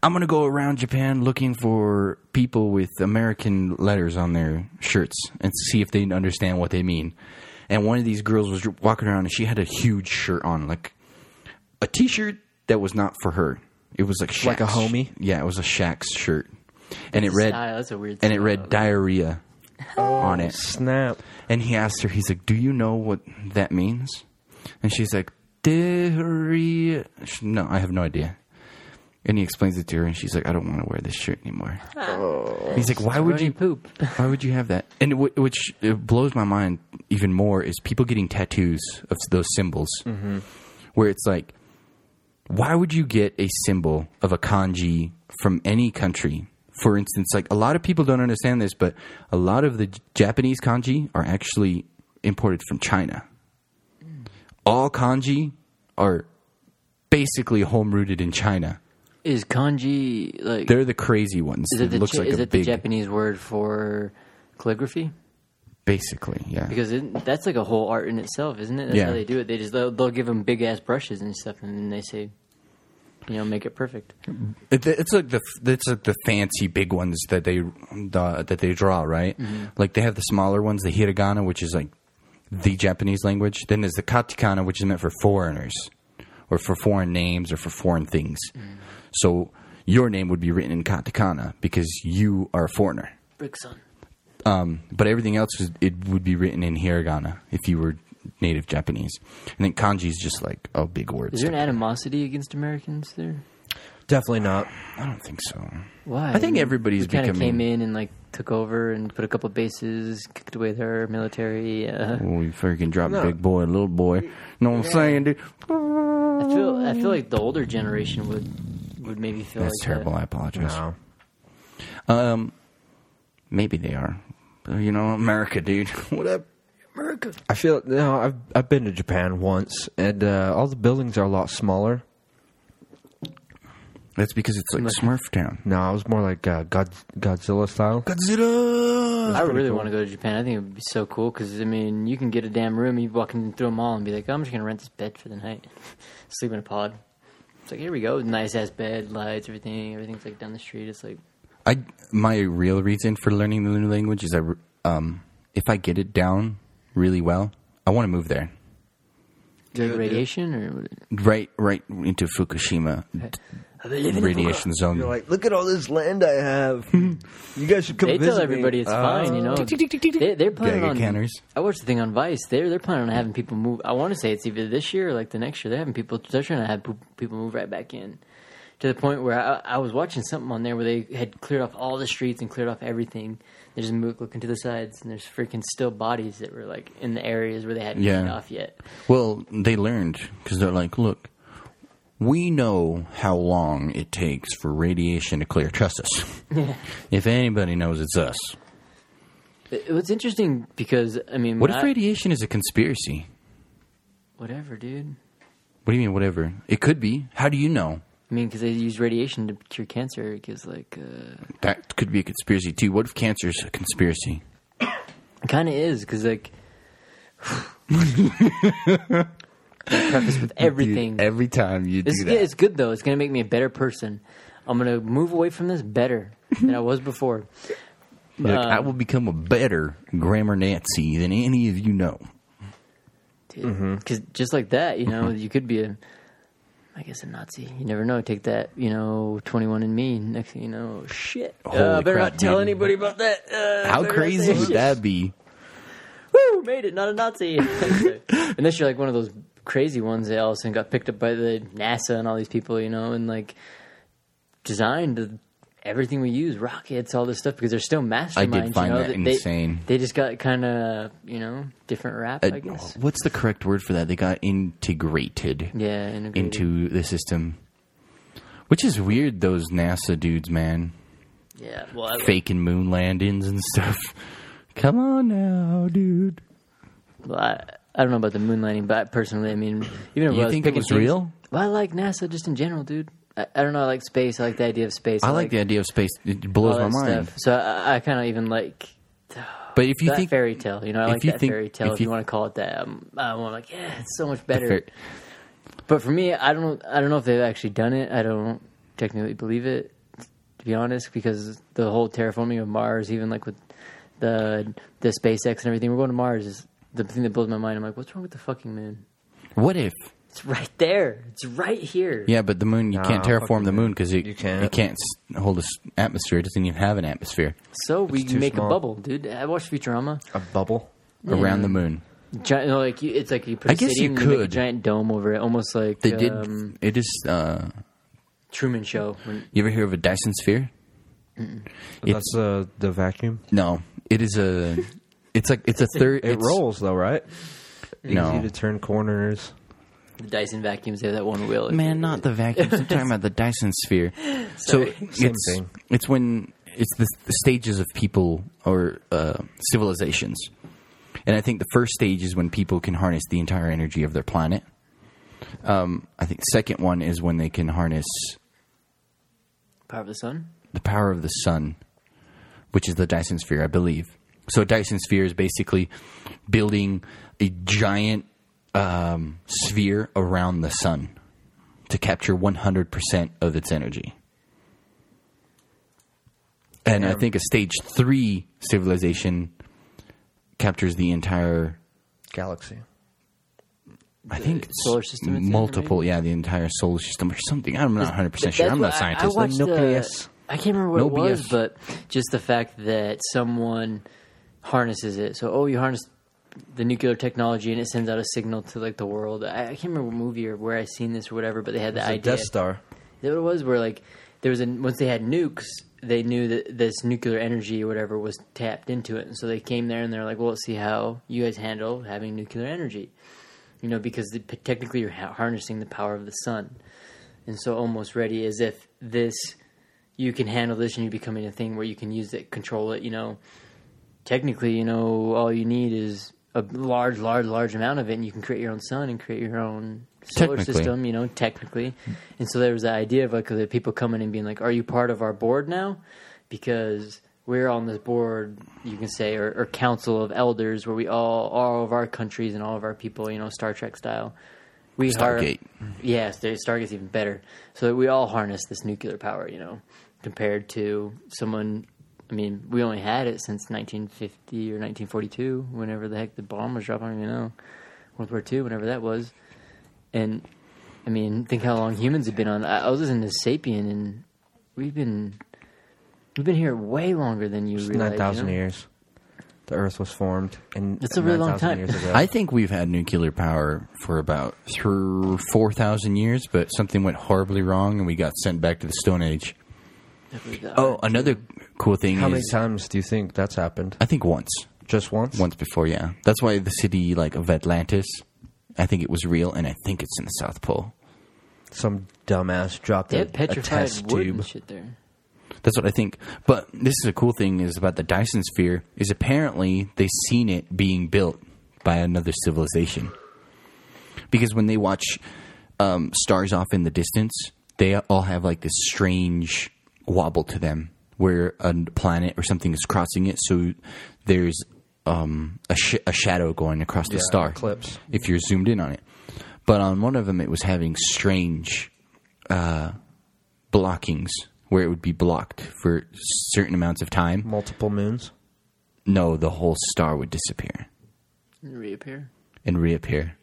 Speaker 1: I'm going to go around Japan looking for people with American letters on their shirts and see if they understand what they mean. And one of these girls was walking around and she had a huge shirt on, like a t shirt that was not for her. It was like Shaq's.
Speaker 6: Like a homie?
Speaker 1: Yeah, it was a Shaq's shirt. And it read
Speaker 5: Style, Ah, that's a weird.
Speaker 1: and it
Speaker 5: style. Oh,
Speaker 1: read diarrhea on it.
Speaker 6: Snap.
Speaker 1: And he asked her, he's like, Do you know what that means? And she's like, Diarrhea. She- No, I have no idea. And he explains it to her, and she's like, I don't want to wear this shirt anymore. He's like, Why would you
Speaker 5: Running poop?
Speaker 1: Why would you have that? And w- which uh, blows my mind even more is people getting tattoos of those symbols,
Speaker 5: Mm-hmm.
Speaker 1: where it's like, why would you get a symbol of a kanji from any country? For instance, like a lot of people don't understand this, but a lot of the J- Japanese kanji are actually imported from China.
Speaker 5: Mm.
Speaker 1: All kanji are basically home rooted in China.
Speaker 5: Is kanji like?
Speaker 1: They're the crazy ones.
Speaker 5: is it the
Speaker 1: looks
Speaker 5: chi-
Speaker 1: like
Speaker 5: is
Speaker 1: a
Speaker 5: it the
Speaker 1: big,
Speaker 5: Japanese word for calligraphy?
Speaker 1: basically, yeah.
Speaker 5: Because it, that's like a whole art in itself, isn't it? That's
Speaker 1: Yeah.
Speaker 5: how they do it. They just they'll, they'll give them big ass brushes and stuff, and then they say, you know, make it perfect.
Speaker 1: It, it's like the it's like the fancy big ones that they the, that they draw, right? Like they have the smaller ones, the hiragana, which is like the Japanese language. Then there's the katakana, which is meant for foreigners or for foreign names or for foreign things. So your name would be written in katakana because you are a foreigner.
Speaker 5: Brickson.
Speaker 1: Um, but everything else is, it would be written in hiragana if you were native Japanese. And then kanji is just like a big word.
Speaker 5: Is there an animosity against Americans there?
Speaker 6: Definitely not.
Speaker 1: I don't think so.
Speaker 5: Why?
Speaker 1: I think everybody's
Speaker 5: kind of
Speaker 1: becoming-
Speaker 5: came in and like took over and put a couple bases, kicked away their military. Uh,
Speaker 1: We freaking drop
Speaker 6: No.
Speaker 1: big boy and little boy. Know what I'm saying, dude?
Speaker 5: I feel I feel like the older generation would would maybe feel
Speaker 1: That's
Speaker 5: like
Speaker 1: terrible. I
Speaker 5: That.
Speaker 1: apologize.
Speaker 6: No.
Speaker 1: Um, maybe they are. But, You know, America, dude. what up? America.
Speaker 6: I feel no. I've I've been to Japan once, and uh, all the buildings are a lot smaller.
Speaker 1: That's because it's like Smurf Town.
Speaker 6: No, I was more like uh, God, Godzilla style.
Speaker 1: Godzilla.
Speaker 5: I really want to go to Japan. I think it would be so cool because I mean, you can get a damn room, you walk in through a mall, and be like, "Oh, "I'm just gonna rent this bed for the night, sleep in a pod." It's like here we go, nice ass bed, lights, everything. Everything's like down the street. It's like
Speaker 1: I my real reason for learning the new language is I re- um if I get it down really well, I want to move there.
Speaker 5: like radiation or what?
Speaker 1: Right, right into Fukushima radiation zone.
Speaker 6: like, look at all this land I have. you guys should come.
Speaker 5: They
Speaker 6: Uh,
Speaker 5: tell everybody it's fine, you know. They, they're planning
Speaker 1: Geiger
Speaker 5: on.
Speaker 1: counters.
Speaker 5: I watched the thing on Vice. They're they're planning on having people move. I want to say it's either this year or like the next year. They're having people. They're trying to have po- people move right back in. To the point where I, I was watching something on there where they had cleared off all the streets and cleared off everything. They just moved looking to the sides, and there's freaking still bodies that were like in the areas where they hadn't
Speaker 1: Yeah.
Speaker 5: cleaned off yet.
Speaker 1: Well, they learned because they're like, look, we know how long it takes for radiation to clear. Trust us. if anybody knows, it's us.
Speaker 5: It, it was interesting because I mean,
Speaker 1: What
Speaker 5: when
Speaker 1: if
Speaker 5: I-
Speaker 1: radiation is a conspiracy?
Speaker 5: whatever, dude.
Speaker 1: What do you mean, whatever? It could be. How do you know?
Speaker 5: I mean, because they use radiation to cure cancer. Because like. Uh,
Speaker 1: That could be a conspiracy too. What if cancer's a conspiracy?
Speaker 5: kind of is because like preface with everything
Speaker 7: Every time you
Speaker 5: it's,
Speaker 7: do
Speaker 5: yeah,
Speaker 7: that,
Speaker 5: it's good though it's gonna make me a better person i'm gonna move away from this better than i was before
Speaker 1: Look,
Speaker 5: um,
Speaker 1: I will become a better grammar Nancy than any of you know.
Speaker 5: because
Speaker 1: Mm-hmm.
Speaker 5: just like that you know you could be a i guess a nazi you never know take that you know 21 and me next thing you know shit uh,
Speaker 1: Holy
Speaker 5: better
Speaker 1: crap,
Speaker 5: not tell
Speaker 1: dude.
Speaker 5: anybody about that uh,
Speaker 1: How
Speaker 5: better not
Speaker 1: crazy
Speaker 5: say
Speaker 1: would
Speaker 5: shit.
Speaker 1: that be?
Speaker 5: woo, made it, not a Nazi. Unless you're like one of those crazy ones that all of a sudden got picked up by the NASA and all these people, you know, and like designed everything we use, rockets, all this stuff, because they're still masterminds. you
Speaker 1: find
Speaker 5: know?
Speaker 1: that
Speaker 5: They- they-
Speaker 1: insane.
Speaker 5: They, just got kind of, you know, different rap,
Speaker 1: Uh,
Speaker 5: I guess.
Speaker 1: what's the correct word for that? They got integrated.
Speaker 5: Yeah, integrated.
Speaker 1: into the system. Which is weird, those NASA dudes, man.
Speaker 5: yeah, well, I-
Speaker 1: Faking moon landings and stuff. Come on now, dude.
Speaker 5: well, I, I don't know about the moon landing, but personally, I mean, even if
Speaker 1: You
Speaker 5: I was
Speaker 1: think it
Speaker 5: picking
Speaker 1: was
Speaker 5: things-
Speaker 1: real?
Speaker 5: Well, I like NASA just in general, dude. I, I don't know. I like space. I like the idea of space.
Speaker 1: I like the idea of space. It
Speaker 5: all
Speaker 1: blows my
Speaker 5: that
Speaker 1: mind.
Speaker 5: stuff. So I, I kind of even like
Speaker 1: But if you
Speaker 5: that
Speaker 1: think
Speaker 5: fairy tale. You know, I
Speaker 1: if
Speaker 5: like
Speaker 1: you
Speaker 5: that
Speaker 1: think-
Speaker 5: fairy tale.
Speaker 1: if
Speaker 5: If you,
Speaker 1: you-
Speaker 5: want to call it that, I'm, I'm like, yeah, it's so much better.
Speaker 1: fair-
Speaker 5: but for me, I don't, I don't know if they've actually done it. I don't technically believe it, to be honest, because the whole terraforming of Mars, even like with the the SpaceX and everything, we're going to Mars is the thing that blows my mind. I'm like, what's wrong with the fucking moon?
Speaker 1: what if?
Speaker 5: It's right there. It's right here.
Speaker 1: Yeah, but the moon you can't
Speaker 6: Nah,
Speaker 1: terraform
Speaker 6: fucking
Speaker 1: the moon because it
Speaker 6: You can't.
Speaker 1: it can't s- hold an atmosphere. It doesn't even have an atmosphere
Speaker 5: So we
Speaker 6: too
Speaker 5: make
Speaker 6: small.
Speaker 5: a bubble, dude. I watched Futurama.
Speaker 6: A bubble.
Speaker 1: around the moon.
Speaker 5: Giant, you know, like you, it's like you put a
Speaker 1: I guess
Speaker 5: city
Speaker 1: you
Speaker 5: and make a
Speaker 1: could.
Speaker 5: giant dome over it, almost like
Speaker 1: They did.
Speaker 5: um,
Speaker 1: it is. Uh,
Speaker 5: Truman Show. When,
Speaker 1: you ever hear of a Dyson sphere?
Speaker 6: That's uh, the vacuum.
Speaker 1: No, it is a. It's like it's a third.
Speaker 6: It
Speaker 1: it's-
Speaker 6: rolls though, right?
Speaker 1: No.
Speaker 6: Easy to turn corners.
Speaker 5: The Dyson vacuums they have that one wheel.
Speaker 1: Man, not the vacuum. I'm talking about the Dyson sphere. So it's
Speaker 6: thing.
Speaker 1: it's when it's the, the stages of people or uh, civilizations, and I think the first stage is when people can harness the entire energy of their planet. Um, I think the second one is when they can harness
Speaker 5: power of the sun.
Speaker 1: the power of the sun, which is the Dyson sphere, I believe. So a Dyson sphere is basically building a giant um, sphere around the sun to capture 100% of its energy. And I think a stage three civilization captures the entire
Speaker 6: Galaxy.
Speaker 1: I think it's
Speaker 5: solar system it's in,
Speaker 1: multiple. Yeah, the entire solar system or something. I'm not 100 percent sure.
Speaker 5: That's
Speaker 1: I'm not a
Speaker 5: what I-
Speaker 1: scientist.
Speaker 5: I, watched the-
Speaker 6: nucleus.
Speaker 5: I can't remember what it
Speaker 1: Nucleus.
Speaker 5: was, but just the fact that someone harnesses it. So, oh, you harness the nuclear technology and it sends out a signal to like the world. I, I can't remember what movie or where I seen this or whatever, but they had the
Speaker 6: It's a
Speaker 5: idea.
Speaker 6: Death Star.
Speaker 5: Is that what it was? Where like there was a once they had nukes, they knew that this nuclear energy or whatever was tapped into it, and so they came there and they're like, well, let's see how you guys handle having nuclear energy, you know, because the, technically you're ha- harnessing the power of the sun, and so almost ready as if this you can handle this and you becoming a thing where you can use it, control it, you know. Technically, you know, all you need is a large, large, large amount of it, and you can create your own sun and create your own solar
Speaker 1: Technically.
Speaker 5: system them, you know, technically. And so there was the idea of like the people coming and being like, "Are you part of our board now?" Because we're on this board, you can say, or, or council of elders, where we all, all of our countries and all of our people, you know, Star Trek style. We har-
Speaker 1: Stargate.
Speaker 5: yes, the Stargate's even better. So that we all harness this nuclear power, you know, compared to someone. I mean, we only had it since 1950 or 1942, whenever the heck the bomb was dropped. I don't even know. World War II, whenever that was. And I mean, think how long humans have been on. I, I was listening to Sapien, and we've been we've been here way longer than you realize.
Speaker 6: Nine thousand
Speaker 5: you know?
Speaker 6: years. The Earth was formed, and
Speaker 5: That's a really long
Speaker 6: 9,000
Speaker 5: time.
Speaker 6: Years ago.
Speaker 1: I think we've had nuclear power for about through 4,000 years, but something went horribly wrong and we got sent back to the Stone Age.
Speaker 5: uh,
Speaker 1: Oh, another cool thing
Speaker 6: How
Speaker 1: is
Speaker 6: many times do you think that's happened?
Speaker 1: I think once.
Speaker 6: Just once.
Speaker 1: Once before, yeah. That's why the city like of Atlantis, I think it was real and I think it's in the South Pole.
Speaker 6: Some dumbass dropped
Speaker 5: They
Speaker 6: a,
Speaker 5: had
Speaker 6: a
Speaker 5: petrified
Speaker 6: test
Speaker 5: wood and
Speaker 6: tube.
Speaker 5: shit there.
Speaker 1: That's what I think. But this is a cool thing is about the Dyson sphere is apparently they seen it being built by another civilization. Because when they watch um, stars off in the distance, they all have like this strange wobble to them where a planet or something is crossing it. So there's um, a, sh- a shadow going across the
Speaker 6: Yeah,
Speaker 1: star.
Speaker 6: eclipse.
Speaker 1: If you're zoomed in on it. But on one of them, it was having strange uh, blockings where it would be blocked for certain amounts of time,
Speaker 6: Multiple moons.
Speaker 1: no, the whole star would disappear
Speaker 5: And reappear.
Speaker 1: and reappear.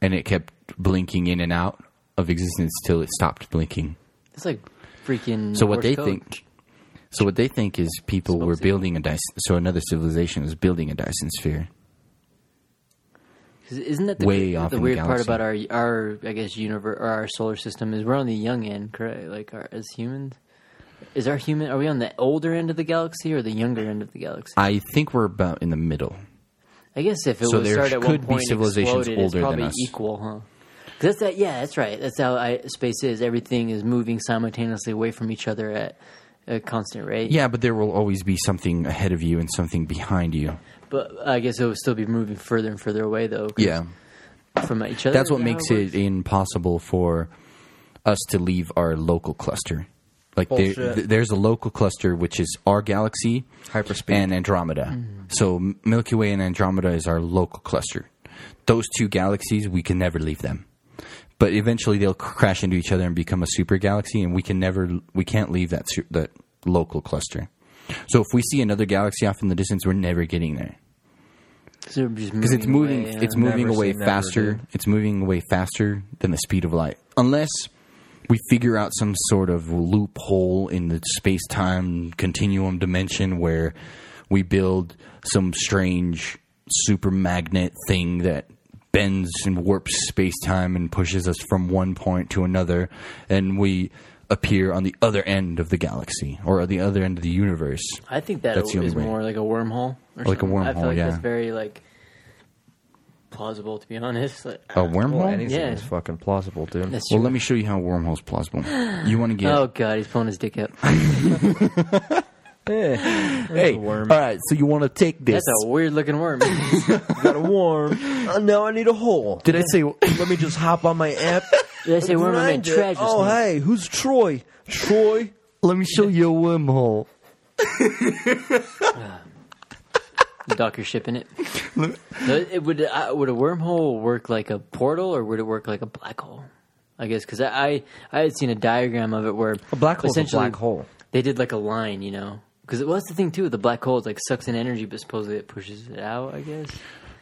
Speaker 1: And it kept blinking in and out of existence till it stopped blinking.
Speaker 5: It's like freaking.
Speaker 1: So what
Speaker 5: Morse
Speaker 1: they
Speaker 5: code.
Speaker 1: think so what they think is people were
Speaker 5: Supposedly.
Speaker 1: building a Dyson so another civilization was building a Dyson sphere.
Speaker 5: 'Cause isn't that the,
Speaker 1: way
Speaker 5: the
Speaker 1: off in the
Speaker 5: weird part
Speaker 1: galaxy.
Speaker 5: about our our I guess universe or our solar system is we're on the young end, correct? Like our, as humans, is our human? Are we on the older end of the galaxy or the younger end of the galaxy?
Speaker 1: I think we're about in the middle.
Speaker 5: I guess if it
Speaker 1: So
Speaker 5: was
Speaker 1: there
Speaker 5: started at
Speaker 1: could
Speaker 5: one
Speaker 1: be
Speaker 5: point, and
Speaker 1: civilizations
Speaker 5: exploded, it's
Speaker 1: older than
Speaker 5: probably
Speaker 1: us.
Speaker 5: equal, huh? 'Cause that's that. Yeah, that's right. That's how I, space is. Everything is moving simultaneously away from each other at a constant rate.
Speaker 1: Yeah, but there will always be something ahead of you and something behind you.
Speaker 5: but I guess it would still be moving further and further away, though. 'cause from each other.
Speaker 1: That's what
Speaker 5: is that how
Speaker 1: makes it impossible for us to leave our local cluster. Like there,
Speaker 6: Bullshit.
Speaker 1: th- there's a local cluster which is our galaxy,
Speaker 6: Hyperspeed.
Speaker 1: and Andromeda. So M- Milky Way and Andromeda is our local cluster. Those two galaxies, we can never leave them. But eventually, they'll cr- crash into each other and become a super galaxy, and we can never, we can't leave that su- that local cluster. So if we see another galaxy off in the distance, we're never getting there
Speaker 5: because
Speaker 1: because it's moving it's moving
Speaker 6: Never
Speaker 1: away
Speaker 6: say never,
Speaker 1: faster
Speaker 6: dude.
Speaker 1: it's moving away faster than the speed of light unless we figure out some sort of loophole in the space-time continuum dimension where we build some strange super magnet thing that bends and warps space-time and pushes us from one point to another and we appear on the other end of the galaxy or the other end of the universe
Speaker 5: I think that
Speaker 1: That's
Speaker 5: that's
Speaker 1: the only way.
Speaker 5: more like a wormhole, or
Speaker 1: Like a
Speaker 5: something. I feel
Speaker 1: wormhole,
Speaker 5: like
Speaker 1: yeah.
Speaker 5: that's very like plausible, to be honest. Like,
Speaker 1: a wormhole
Speaker 6: Well, anything
Speaker 5: Yeah.
Speaker 6: is fucking plausible, dude.
Speaker 5: that's
Speaker 1: well
Speaker 5: true.
Speaker 1: let me show you how a wormhole's plausible you want to get
Speaker 5: Oh god, he's pulling his dick out.
Speaker 6: Eh,
Speaker 1: Hey,
Speaker 6: worm.
Speaker 1: all right. So you want to take this?
Speaker 5: That's a weird looking worm.
Speaker 6: got a worm. Uh, now I need a hole.
Speaker 1: Did I say?
Speaker 6: Let me just hop on my app.
Speaker 5: They say worm I meant
Speaker 6: Grind it.
Speaker 5: treasure.
Speaker 6: Oh,
Speaker 5: snake.
Speaker 6: hey, who's Troy? Troy.
Speaker 1: Let me show you a wormhole.
Speaker 5: dock your ship in it. No, it would uh, would a wormhole work like a portal, or would it work like a black hole? I guess because I, I I had seen a diagram of it where
Speaker 6: A black hole's a
Speaker 5: essentially
Speaker 6: black hole.
Speaker 5: They did like a line, you know. Because well, that's the thing too. The black hole is like sucks in energy, but supposedly it pushes it out. I guess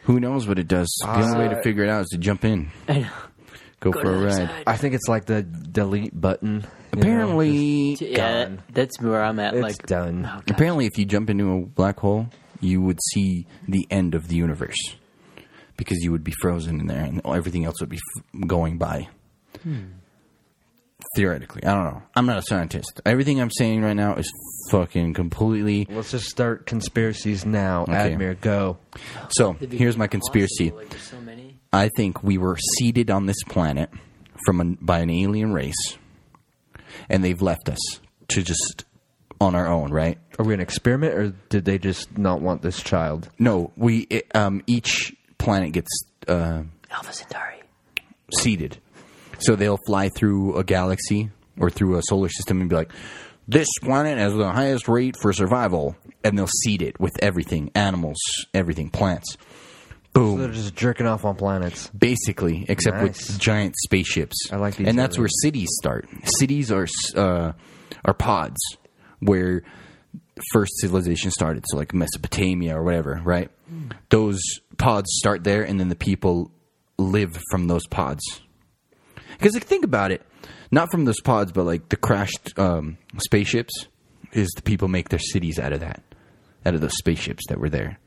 Speaker 1: Who knows what it does? the only way to figure it out is to jump in.
Speaker 5: I know.
Speaker 1: Go,
Speaker 5: Go
Speaker 1: for
Speaker 5: to
Speaker 1: a
Speaker 5: the
Speaker 1: ride.
Speaker 5: other side.
Speaker 6: I think it's like the delete button. you know,
Speaker 1: Apparently,
Speaker 5: yeah,
Speaker 6: gone.
Speaker 5: that's where I'm at.
Speaker 6: just- it's
Speaker 5: like, oh,
Speaker 6: done.
Speaker 1: apparently, if you jump into a black hole, you would see the end of the universe because you would be frozen in there, and everything else would be f- going by. Hmm. Theoretically, I don't know. I'm not a scientist. Everything I'm saying right now is fucking completely.
Speaker 6: Let's just start conspiracies now.
Speaker 1: Okay.
Speaker 6: Admir, go.
Speaker 1: So
Speaker 5: it'd be
Speaker 1: here's my
Speaker 5: impossible,
Speaker 1: conspiracy.
Speaker 5: Like, there's so many.
Speaker 1: I think we were seeded on this planet from an, by an alien race, and they've left us to just on our own, right?
Speaker 6: Are we an experiment, or did they just not want this child?
Speaker 1: No, we i um, each planet gets uh,
Speaker 5: Alpha Centauri.
Speaker 1: seeded, so they'll fly through a galaxy or through a solar system and be like, "This planet has the highest rate for survival," and they'll seed it with everything: animals, everything, plants. Boom.
Speaker 6: They're just jerking off on planets.
Speaker 1: basically, except
Speaker 6: Nice.
Speaker 1: with giant spaceships.
Speaker 6: I like these
Speaker 1: and that's
Speaker 6: ideas.
Speaker 1: where cities start. Cities are uh, are pods where first civilization started. So like Mesopotamia or whatever, right?
Speaker 6: Hmm.
Speaker 1: Those pods start there, and then the people live from those pods. Because like, think about it, not from those pods, but like the crashed um, spaceships is the people make their cities out of that, out of those spaceships that were there.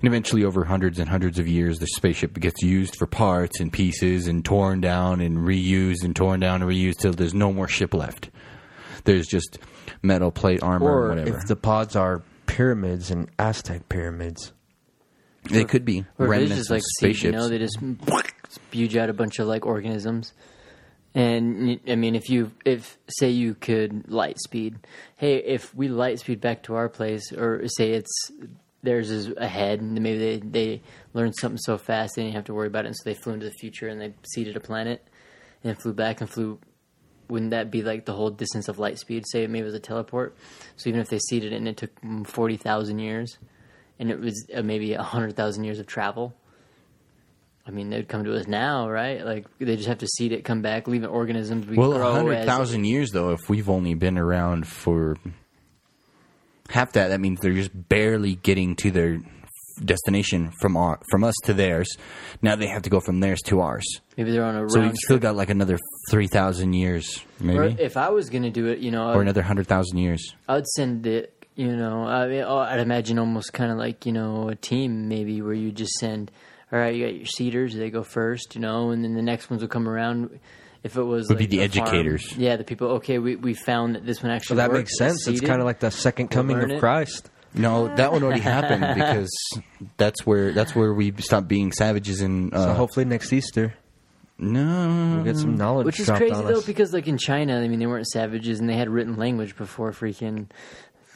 Speaker 1: And eventually, over hundreds and hundreds of years, the spaceship gets used for parts and pieces and torn down and reused and torn down and reused till there's no more ship left. There's just metal plate armor
Speaker 6: Or
Speaker 1: or whatever.
Speaker 6: if the pods are pyramids and Aztec pyramids.
Speaker 1: they could
Speaker 5: Or
Speaker 1: be
Speaker 5: if it's
Speaker 1: remnants
Speaker 5: just
Speaker 1: of
Speaker 5: like seed,
Speaker 1: spaceships.
Speaker 5: you know, they just spew out a bunch of like organisms. And y- I mean, if you if say you could light speed, hey, if we light speed back to our place, or say it's theirs is ahead, and maybe they they learned something so fast they didn't have to worry about it, and so they flew into the future and they seeded a planet and flew back and flew. Wouldn't that be like the whole distance of light speed? Say maybe it was a teleport. So even if they seeded it and it took forty thousand years, and it was uh, maybe 100,000 years of travel. I mean, they'd come to us now, right? Like, they just have to seed it, come back, leave it organisms. We
Speaker 1: Well,
Speaker 5: grow
Speaker 1: a hundred
Speaker 5: as-
Speaker 1: thousand years though, if we've only been around for half that, that means they're just barely getting to their destination from our from us to theirs. Now they have to go from theirs to ours.
Speaker 5: Maybe they're on a round
Speaker 1: So we've still
Speaker 5: trip.
Speaker 1: got like another three thousand years, maybe,
Speaker 5: Or
Speaker 1: or,
Speaker 5: if I was going to do it, you know, I would,
Speaker 1: another hundred thousand years.
Speaker 5: I would send it, you know, I mean, oh, I'd imagine almost kind of like, you know, a team maybe where you just send, all right, you got your seeders, they go first, you know, and then the next ones will come around. If it was
Speaker 1: Would be
Speaker 5: like,
Speaker 1: the
Speaker 5: a farm-
Speaker 1: educators.
Speaker 5: yeah, the people. Okay, we, we found that this one actually.
Speaker 6: So that
Speaker 5: worked,
Speaker 6: makes
Speaker 5: it
Speaker 6: sense. It's
Speaker 5: seeded.
Speaker 6: kind of like the second coming
Speaker 5: learn
Speaker 6: of
Speaker 5: it.
Speaker 6: Christ.
Speaker 1: No, that one already happened because that's where that's where we stopped being savages and uh,
Speaker 6: So hopefully next Easter
Speaker 1: no
Speaker 6: we'll get some knowledge
Speaker 5: Mm-hmm. Which is
Speaker 6: dropped
Speaker 5: crazy
Speaker 6: on
Speaker 5: though,
Speaker 6: us.
Speaker 5: because like in China, I mean, they weren't savages and they had written language before freaking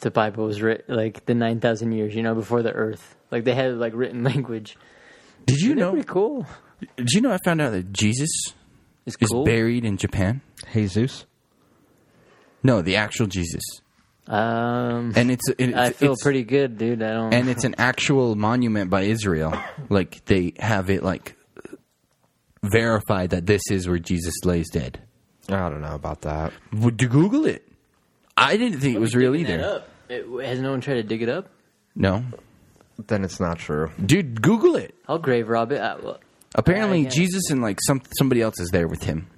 Speaker 5: the Bible was writ like the nine thousand years, you know, before the Earth. Like they had like written language.
Speaker 1: Did you
Speaker 5: Isn't that
Speaker 1: know?
Speaker 5: pretty cool.
Speaker 1: Did you know I found out that Jesus
Speaker 5: It's
Speaker 1: is
Speaker 5: cool.
Speaker 1: buried in Japan?
Speaker 6: Jesus.
Speaker 1: No, the actual Jesus.
Speaker 5: um,
Speaker 1: and it's it,
Speaker 5: I feel
Speaker 1: it's,
Speaker 5: pretty good, dude. I don't.
Speaker 1: and it's an actual monument by Israel. Like they have it like verified that this is where Jesus lays dead.
Speaker 6: I don't know about that.
Speaker 1: Would you Google it? I didn't think it was real
Speaker 5: Digging that
Speaker 1: either.
Speaker 5: up. It- has no one tried to dig it up?
Speaker 1: No,
Speaker 6: Then it's not true.
Speaker 1: dude, Google it.
Speaker 5: I'll grave rob it. I, well,
Speaker 1: Apparently,
Speaker 5: Yeah, I get it.
Speaker 1: Jesus and like some somebody else is there with him.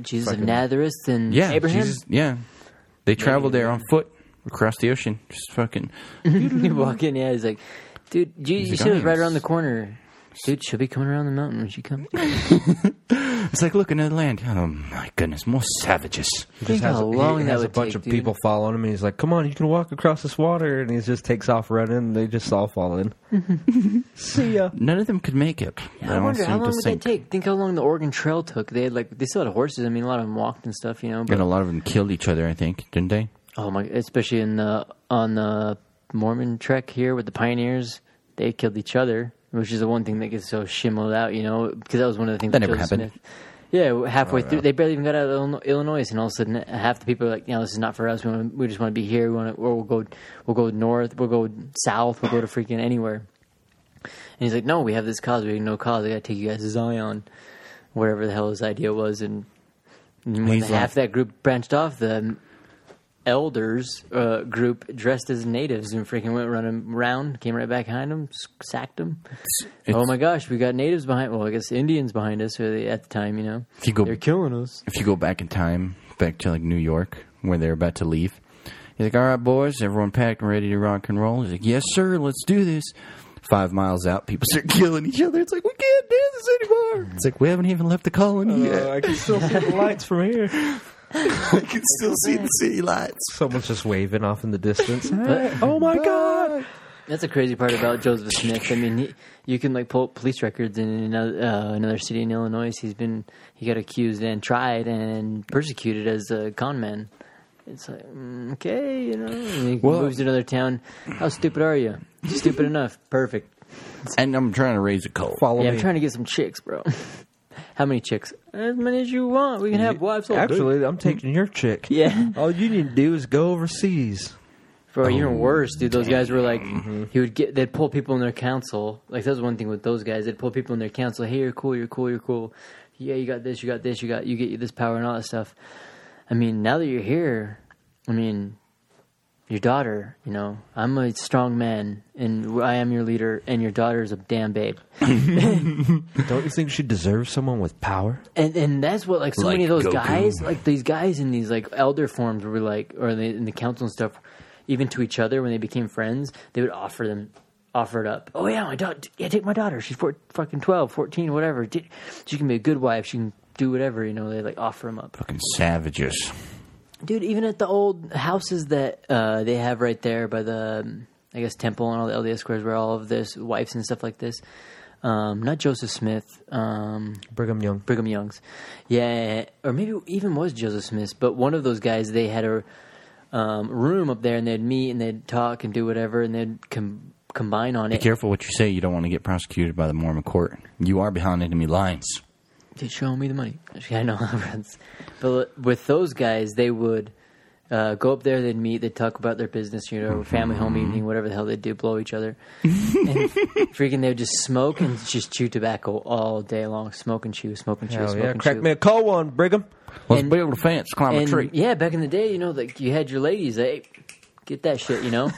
Speaker 5: Jesus of Nazareth and
Speaker 1: Yeah,
Speaker 5: Abraham.
Speaker 1: Jesus, yeah, they traveled there on foot across the ocean. Just fucking.
Speaker 5: you walk in, yeah, he's like, dude, you, you
Speaker 1: like,
Speaker 5: said it was
Speaker 1: "I
Speaker 5: right
Speaker 1: am
Speaker 5: around the corner. Dude, she'll be coming around the mountain when she comes.
Speaker 1: It's like look another land. Oh my goodness, more savages.
Speaker 5: Think
Speaker 6: has
Speaker 5: how
Speaker 6: a- he
Speaker 5: long that
Speaker 6: has
Speaker 5: would
Speaker 6: a bunch
Speaker 5: take,
Speaker 6: of
Speaker 5: dude.
Speaker 6: people following him, and he's like, "Come on, you can walk across this water," and he just takes off running. And they just all fall in. See ya.
Speaker 1: None of them could make it. They
Speaker 5: I
Speaker 1: all
Speaker 5: wonder
Speaker 1: seemed
Speaker 5: how
Speaker 1: to
Speaker 5: long would that
Speaker 1: sink.
Speaker 5: take? Think how long the Oregon Trail took. They had like they still had horses. I mean, a lot of them walked and stuff, you know. But
Speaker 1: And a lot of them killed each other. I think didn't they?
Speaker 5: oh my, especially in the on the Mormon trek here with the pioneers, they killed each other, which is the one thing that gets so shimmeled out, you know, because that was one of the things
Speaker 1: That
Speaker 5: with
Speaker 1: never
Speaker 5: Joseph
Speaker 1: happened.
Speaker 5: Smith. Yeah, halfway through, they barely even got out of Illino- Illinois, and all of a sudden, half the people are like, "You know, this is not for us. We, wanna, we just want to be here. We want to, or we'll go, we'll go north, we'll go south, we'll go to freaking anywhere." And he's like, "No, we have this cause. We have no cause. I got to take you guys to Zion, whatever the hell his idea was." And when
Speaker 1: He's
Speaker 5: half
Speaker 1: like-
Speaker 5: that group branched off, the elders uh, group dressed as natives and freaking went running around, came right back behind them, sacked them. oh my gosh, we got natives behind. Well, I guess Indians behind us or they, at the time, you know.
Speaker 1: If you go-
Speaker 5: They're killing us.
Speaker 1: if you go back in time, back to like New York, where they're about to leave, you're like, all right, boys, everyone packed and ready to rock and roll. He's like, yes, sir, let's do this. Five miles out, people start killing each other. It's like, we can't do this anymore. It's like, we haven't even left the colony yet.
Speaker 6: Oh, I can still see the lights from here.
Speaker 1: Uh, I can still see the city lights.
Speaker 6: Someone's just waving off in the distance. oh my god!
Speaker 5: That's the crazy part about Joseph Smith. I mean, he, you can like pull up police records in another, uh, another city in Illinois. He's been he got accused and tried and persecuted as a con man. It's like mm, okay, you know. And he
Speaker 1: Well-
Speaker 5: moves to another town. How stupid are you? Stupid enough. Perfect.
Speaker 1: And I'm trying to raise a cult.
Speaker 6: Follow
Speaker 5: Yeah,
Speaker 6: me.
Speaker 5: I'm trying to get some chicks, bro. How many chicks? As many as you want. We can have wives. all day.
Speaker 6: Actually, I'm taking your chick.
Speaker 5: Yeah.
Speaker 6: All you need to do is go overseas.
Speaker 5: Bro, even worse, dude. Those guys were like, he would get, they'd pull people in their council. Like that's one thing with those guys. They'd pull people in their council. Hey, you're cool. You're cool. You're cool. Yeah, you got this. You got this. You got you get you this power and all that stuff. I mean, now that you're here, I mean, your daughter. You know, I'm a strong man, and I am your leader. And your daughter is a damn babe.
Speaker 6: Don't you think she deserves someone with power?
Speaker 5: and and that's what like so many of
Speaker 1: Like
Speaker 5: those
Speaker 1: Goku.
Speaker 5: guys like these guys in these like elder forms were like or they, in the council and stuff even to each other when they became friends they would offer them offer it up oh yeah my daughter yeah take my daughter she's four, fucking 12 14 whatever Di- she can be a good wife she can do whatever you know they like offer them up
Speaker 1: Fucking savages.
Speaker 5: dude even at the old houses that uh, they have right there by the um, i guess temple and all the lds squares where all of this wives and stuff like this um, not joseph smith um,
Speaker 6: Brigham Young.
Speaker 5: Brigham Young's. Yeah, or maybe it even was Joseph Smith, but one of those guys, they had a um, room up there and they'd meet and they'd talk and do whatever and they'd com- combine on
Speaker 1: Be
Speaker 5: it.
Speaker 1: careful what you say. You don't want to get prosecuted by the Mormon court. You are behind enemy lines.
Speaker 5: They show me the money. Yeah, I know. that's- but with those guys, they would uh, go up there, they'd meet, they'd talk about their business, you know, family home
Speaker 6: Mm-hmm.
Speaker 5: evening, whatever the hell they do, blow each other. and freaking, they would just smoke and just chew tobacco all day long. Smoke and chew, smoke and chew,
Speaker 6: Hell
Speaker 5: smoke
Speaker 6: yeah!
Speaker 5: and
Speaker 6: Crack
Speaker 5: chew.
Speaker 6: me a cold one, Brigham.
Speaker 1: Let's
Speaker 5: And-
Speaker 1: build a fence, climb a
Speaker 5: and
Speaker 1: tree.
Speaker 5: yeah, back in the day, you know, like you had your ladies, hey, get that shit, you know.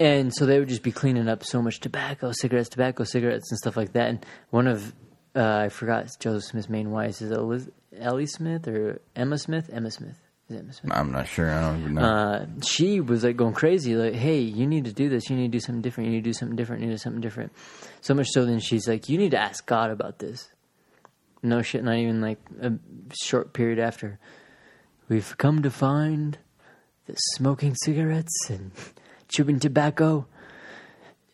Speaker 5: and so they would just be cleaning up so much tobacco, cigarettes, tobacco, cigarettes, and stuff like that. And one of uh, I forgot Joseph Smith's main wives is Eliz- Ellie Smith or Emma Smith. Emma Smith is it Emma Smith.
Speaker 1: I'm not sure. I don't even know.
Speaker 5: Uh, she was like going crazy, like, "Hey, you need to do this. You need to do something different. You need to do something different. You need to do something different." So much so, then she's like, "You need to ask God about this." No shit, not even like a short period after, we've come to find that smoking cigarettes and chewing tobacco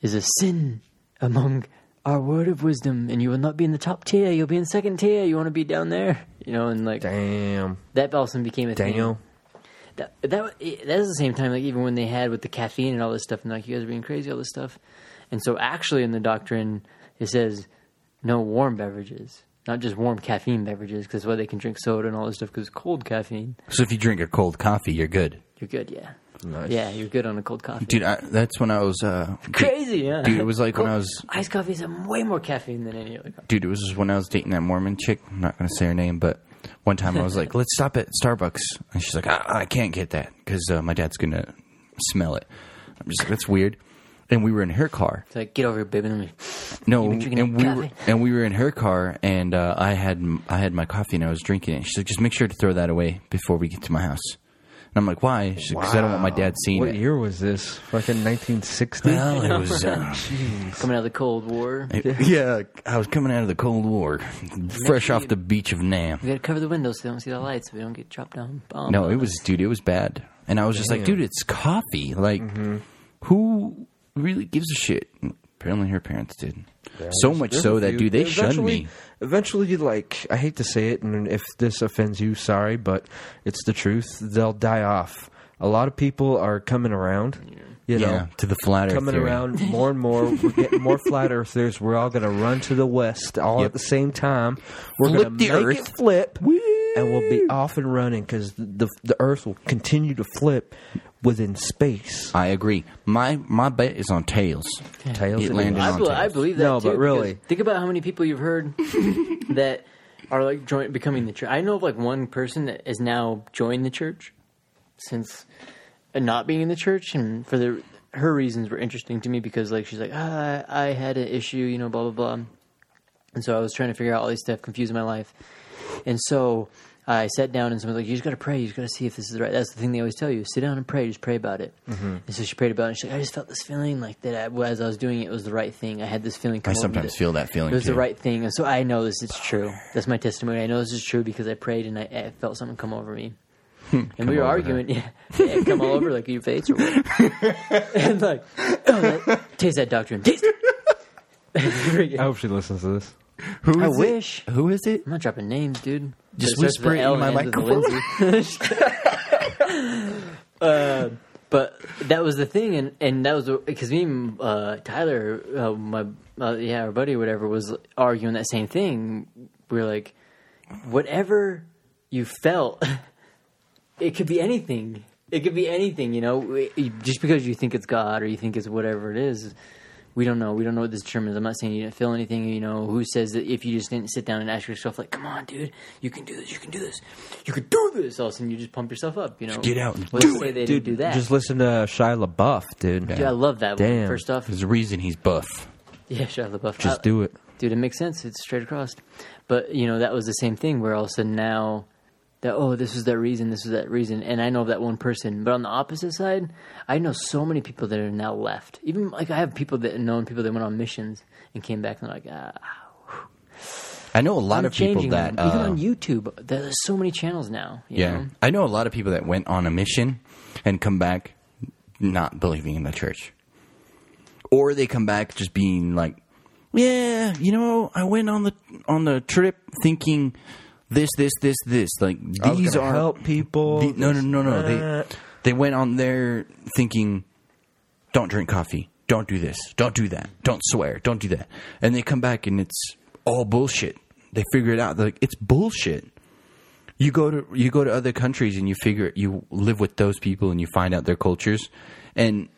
Speaker 5: is a sin among our word of wisdom, and you will not be in the top tier. You'll be in second tier. You want to be down there, you know, and like
Speaker 6: Damn,
Speaker 5: that also became a thing
Speaker 6: Daniel.
Speaker 5: that that that was the same time like even when they had with the caffeine and all this stuff and like you guys are being crazy all this stuff and so actually in the doctrine it says no warm beverages not just warm caffeine beverages because why they can drink soda and all this stuff because cold caffeine
Speaker 1: so if you drink a cold coffee, you're good.
Speaker 5: you're good yeah yeah you're good on a cold coffee
Speaker 1: Dude, I, that's when I was. Uh,
Speaker 5: crazy yeah
Speaker 1: Dude, it was like when I
Speaker 5: Cold-
Speaker 1: was-
Speaker 5: iced coffee has way more caffeine than any other coffee
Speaker 1: dude, it was just when I was dating that Mormon chick. I'm not going to say her name, but one time I was like, let's stop at Starbucks. And she's like, I, I can't get that because uh, my dad's going to smell it. I'm just like, that's weird. And we were in her car.
Speaker 5: it's like get over here baby let me
Speaker 1: No,
Speaker 5: been drinking
Speaker 1: and we
Speaker 5: coffee?
Speaker 1: were and we were in her car, and uh, I had m- I had my coffee and I was drinking it. She's like, just make sure to throw that away before we get to my house. And I'm like, why? She's like, because I don't want my dad seeing
Speaker 6: What
Speaker 1: it.
Speaker 6: year was this? Fucking 1960.
Speaker 1: Well, it was. Uh,
Speaker 5: coming out of the cold war
Speaker 1: it- yeah, I was coming out of the Cold War, fresh
Speaker 5: sure
Speaker 1: off
Speaker 5: you-
Speaker 1: the beach of Nam.
Speaker 5: we gotta cover the windows so they don't see the lights so we don't get dropped down bomb
Speaker 1: No, it was, dude, it was bad. And I was just like, dude, it's coffee. Like,
Speaker 6: Mm-hmm.
Speaker 1: who really gives a shit? Apparently, her parents did. so much
Speaker 6: There's
Speaker 1: so
Speaker 6: a
Speaker 1: that,
Speaker 6: few-
Speaker 1: dude, they shunned
Speaker 6: eventually-
Speaker 1: me.
Speaker 6: Eventually, like I hate to say it, and if this offends you, sorry, but it's the truth. They'll die off. A lot of people are coming around. You know,
Speaker 1: Yeah, to the flat earth
Speaker 6: coming
Speaker 1: theory.
Speaker 6: around more and more. We're getting more flat earthers. We're all going to run to the west all
Speaker 1: Yep.
Speaker 6: at the same time. We're
Speaker 1: Flip
Speaker 6: going to
Speaker 1: the
Speaker 6: make
Speaker 1: earth.
Speaker 6: it flip, and we'll be off and running because the, the the earth will continue to flip within space.
Speaker 1: I agree. My my bet is on tails.
Speaker 6: Tails
Speaker 1: It
Speaker 6: of
Speaker 1: landed
Speaker 6: the-
Speaker 5: I,
Speaker 1: on
Speaker 5: bel-
Speaker 1: tails.
Speaker 5: I believe that.
Speaker 6: No,
Speaker 5: too,
Speaker 6: but really.
Speaker 5: because think about how many people you've heard that are like joint becoming the church. I know of like one person that has now joined the church since and not being in the church and for the her reasons were interesting to me because like she's like ah, I had an issue you know blah blah blah and so I was trying to figure out all these stuff confusing my life and so I sat down and someone's like you just got to pray you just got to see if this is right that's the thing they always tell you sit down and pray just pray about it
Speaker 1: Mm-hmm.
Speaker 5: and so she prayed about it and she's like I just felt this feeling like that I, as I was doing it, it was the right thing I had this feeling
Speaker 1: I
Speaker 5: come over me
Speaker 1: sometimes
Speaker 5: that-
Speaker 1: feel that feeling
Speaker 5: it was
Speaker 1: too. Oh,
Speaker 5: the right thing, and so I know this is true. That's my testimony. I know this is true because I prayed and I, I felt something come over me.
Speaker 1: Hmm.
Speaker 5: And we were arguing, yeah, yeah, come all over like your face or what? and like, oh, that, taste that doctrine, taste. it.
Speaker 6: I hope she listens to this.
Speaker 1: Who
Speaker 5: I
Speaker 1: is it?
Speaker 5: wish.
Speaker 1: Who is it?
Speaker 5: I'm not dropping names, dude.
Speaker 1: Just
Speaker 5: But starts with
Speaker 1: whisper
Speaker 5: an
Speaker 1: it
Speaker 5: L
Speaker 1: in
Speaker 5: and
Speaker 1: my
Speaker 5: ends with a Lindsay. uh, but that was the thing, and, and that was because me and uh, Tyler, uh, my uh, yeah, our buddy, or whatever, was arguing that same thing. We were like, whatever you felt, it could be anything. It could be anything, you know. It- it- Just because you think it's God or you think it's whatever it is, we don't know. We don't know what this term is. I'm not saying you didn't feel anything. You know, who says that if you just didn't sit down and ask yourself, like, "Come on, dude, you can do this. You can do this. You can do this." All of a sudden, you just pump yourself up. You know,
Speaker 1: get out and
Speaker 5: Let's
Speaker 1: do
Speaker 5: say
Speaker 1: it.
Speaker 5: they
Speaker 6: Dude,
Speaker 5: didn't do that.
Speaker 6: just listen to Shia LaBeouf, dude.
Speaker 5: Dude, I love that.
Speaker 6: Damn.
Speaker 5: one. First off,
Speaker 1: There's a reason he's buff.
Speaker 5: yeah, Shia LaBeouf.
Speaker 6: Just
Speaker 5: I-
Speaker 6: do it.
Speaker 5: dude, it makes sense. It's straight across. But you know, that was the same thing where all of a sudden now that oh, this is that reason, this is that reason, and I know that one person. But on the opposite side, I know so many people that are now left. Even like I have people that known people that went on missions and came back and they're like, ah,
Speaker 1: I know a lot
Speaker 5: I'm
Speaker 1: of people
Speaker 5: changing
Speaker 1: that
Speaker 5: them. even
Speaker 1: uh,
Speaker 5: on YouTube, there's so many channels now. you
Speaker 1: Yeah.
Speaker 5: know?
Speaker 1: I know a lot of people that went on a mission and come back not believing in the church. Or they come back just being like, yeah, you know, I went on the on the trip thinking this this this this like
Speaker 6: I was
Speaker 1: these
Speaker 6: gonna
Speaker 1: are
Speaker 6: help people.
Speaker 1: the- no no no no
Speaker 6: Uh,
Speaker 1: they they went on there thinking don't drink coffee, don't do this, don't do that, don't swear, don't do that. And they come back and it's all bullshit. They figure it out. They're like, it's bullshit. You go to you go to other countries and you figure you live with those people and you find out their cultures, and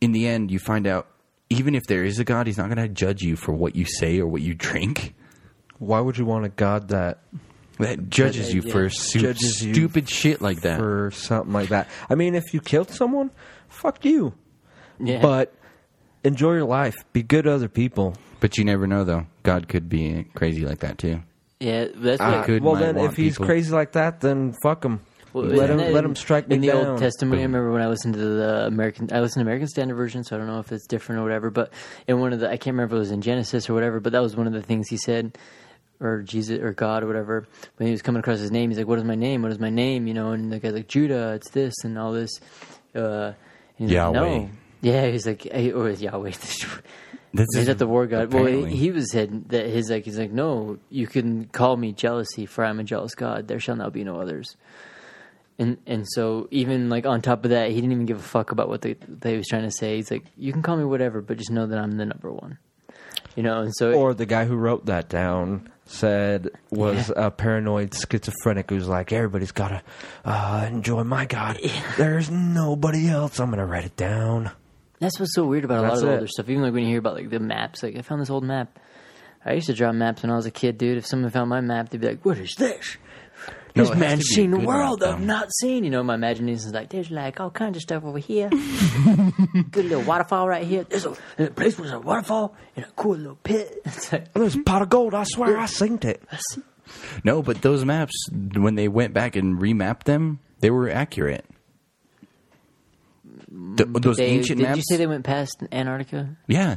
Speaker 1: in the end you find out even if there is a God, He's not going to judge you for what you say or what you drink.
Speaker 6: why would you want a god that
Speaker 1: That judges you for stu-
Speaker 6: Judges you
Speaker 1: stupid shit like that.
Speaker 6: for something like that? I mean, if you killed someone, fuck you.
Speaker 5: Yeah.
Speaker 6: But enjoy your life. Be good to other people.
Speaker 1: but you never know though. God could be crazy like that too.
Speaker 5: yeah, that's
Speaker 1: I
Speaker 5: what,
Speaker 1: could- Good
Speaker 6: well,
Speaker 1: might
Speaker 6: then,
Speaker 1: want
Speaker 6: if he's
Speaker 1: people-
Speaker 6: crazy like that, then fuck him.
Speaker 5: Well,
Speaker 6: let
Speaker 5: and
Speaker 6: him
Speaker 5: then
Speaker 6: let him strike me
Speaker 5: in the
Speaker 6: down.
Speaker 5: old testimony i remember when i listened to the american i listened to american standard version so i don't know if it's different or whatever but in one of the i can't remember if it was in genesis or whatever but that was one of the things he said or jesus or god or whatever when he was coming across his name he's like what is my name what is my name you know and the guy's like judah it's this and all this uh and he's like,
Speaker 1: Yahweh.
Speaker 5: no. yeah he's like eh, or is yahweh
Speaker 1: This
Speaker 5: Is that the war god? Well,
Speaker 1: apparently.
Speaker 5: he, he was said that his like he's like, no, you can call me jealousy, for I'm a jealous god. There shall not be no others. And and so even like on top of that, he didn't even give a fuck about what they they was trying to say. He's like, you can call me whatever, but just know that I'm the number one. You know, and so
Speaker 6: or the guy who wrote that down said was a paranoid schizophrenic who's like everybody's gotta uh, enjoy my god there's nobody else i'm gonna write it down
Speaker 5: That's what's so weird about a lot
Speaker 6: That's
Speaker 5: of the
Speaker 6: it.
Speaker 5: older stuff. Even like when you hear about like the maps, like I found this old map. I used to draw maps when I was a kid, dude. If someone found my map, they'd be like, "What is this?
Speaker 1: No,
Speaker 5: This
Speaker 1: it has to
Speaker 5: man's
Speaker 1: be a
Speaker 5: seen a
Speaker 1: good
Speaker 5: world
Speaker 1: map,
Speaker 5: I've
Speaker 1: though.
Speaker 5: not seen." You know, my imagination's like, "There's like all kinds of stuff over here. Good little waterfall right here. There's a, there's a place with a waterfall and a cool little pit." It's like,
Speaker 6: there's a pot of gold i swear i synced it
Speaker 1: No, but those maps, when they went back and remapped them, they were accurate. Th-
Speaker 5: Mm,
Speaker 1: those
Speaker 5: they,
Speaker 1: ancient
Speaker 5: did
Speaker 1: maps.
Speaker 5: you say they went past Antarctica?
Speaker 1: yeah,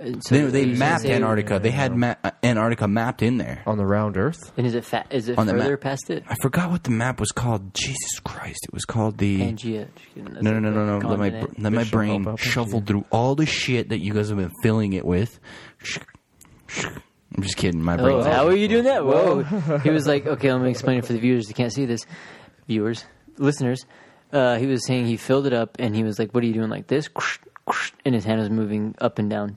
Speaker 5: And so
Speaker 1: they, they
Speaker 5: you
Speaker 1: mapped
Speaker 5: say-
Speaker 1: Antarctica. They had ma- Antarctica mapped in there.
Speaker 6: on the round earth
Speaker 5: And is it fa- is it
Speaker 1: On the
Speaker 5: further
Speaker 1: map.
Speaker 5: past it?
Speaker 1: I forgot what the map was called. Jesus Christ, it was called the.
Speaker 5: Pangea. Just kidding. That's
Speaker 1: no, no,
Speaker 5: like
Speaker 1: no,
Speaker 5: the
Speaker 1: no, no. Let my br-
Speaker 5: continent.
Speaker 1: let my
Speaker 6: Bishop
Speaker 1: brain
Speaker 6: Obama.
Speaker 1: shuffle through all the shit that you guys have been filling it with. I'm just kidding. My brain.
Speaker 5: Oh, how are you doing that? Whoa. he was like, okay, let me explain it for the viewers. They can't see this. Viewers, listeners. Uh, he was saying he filled it up and he was like, what are you doing like this? And his hand was moving up and down.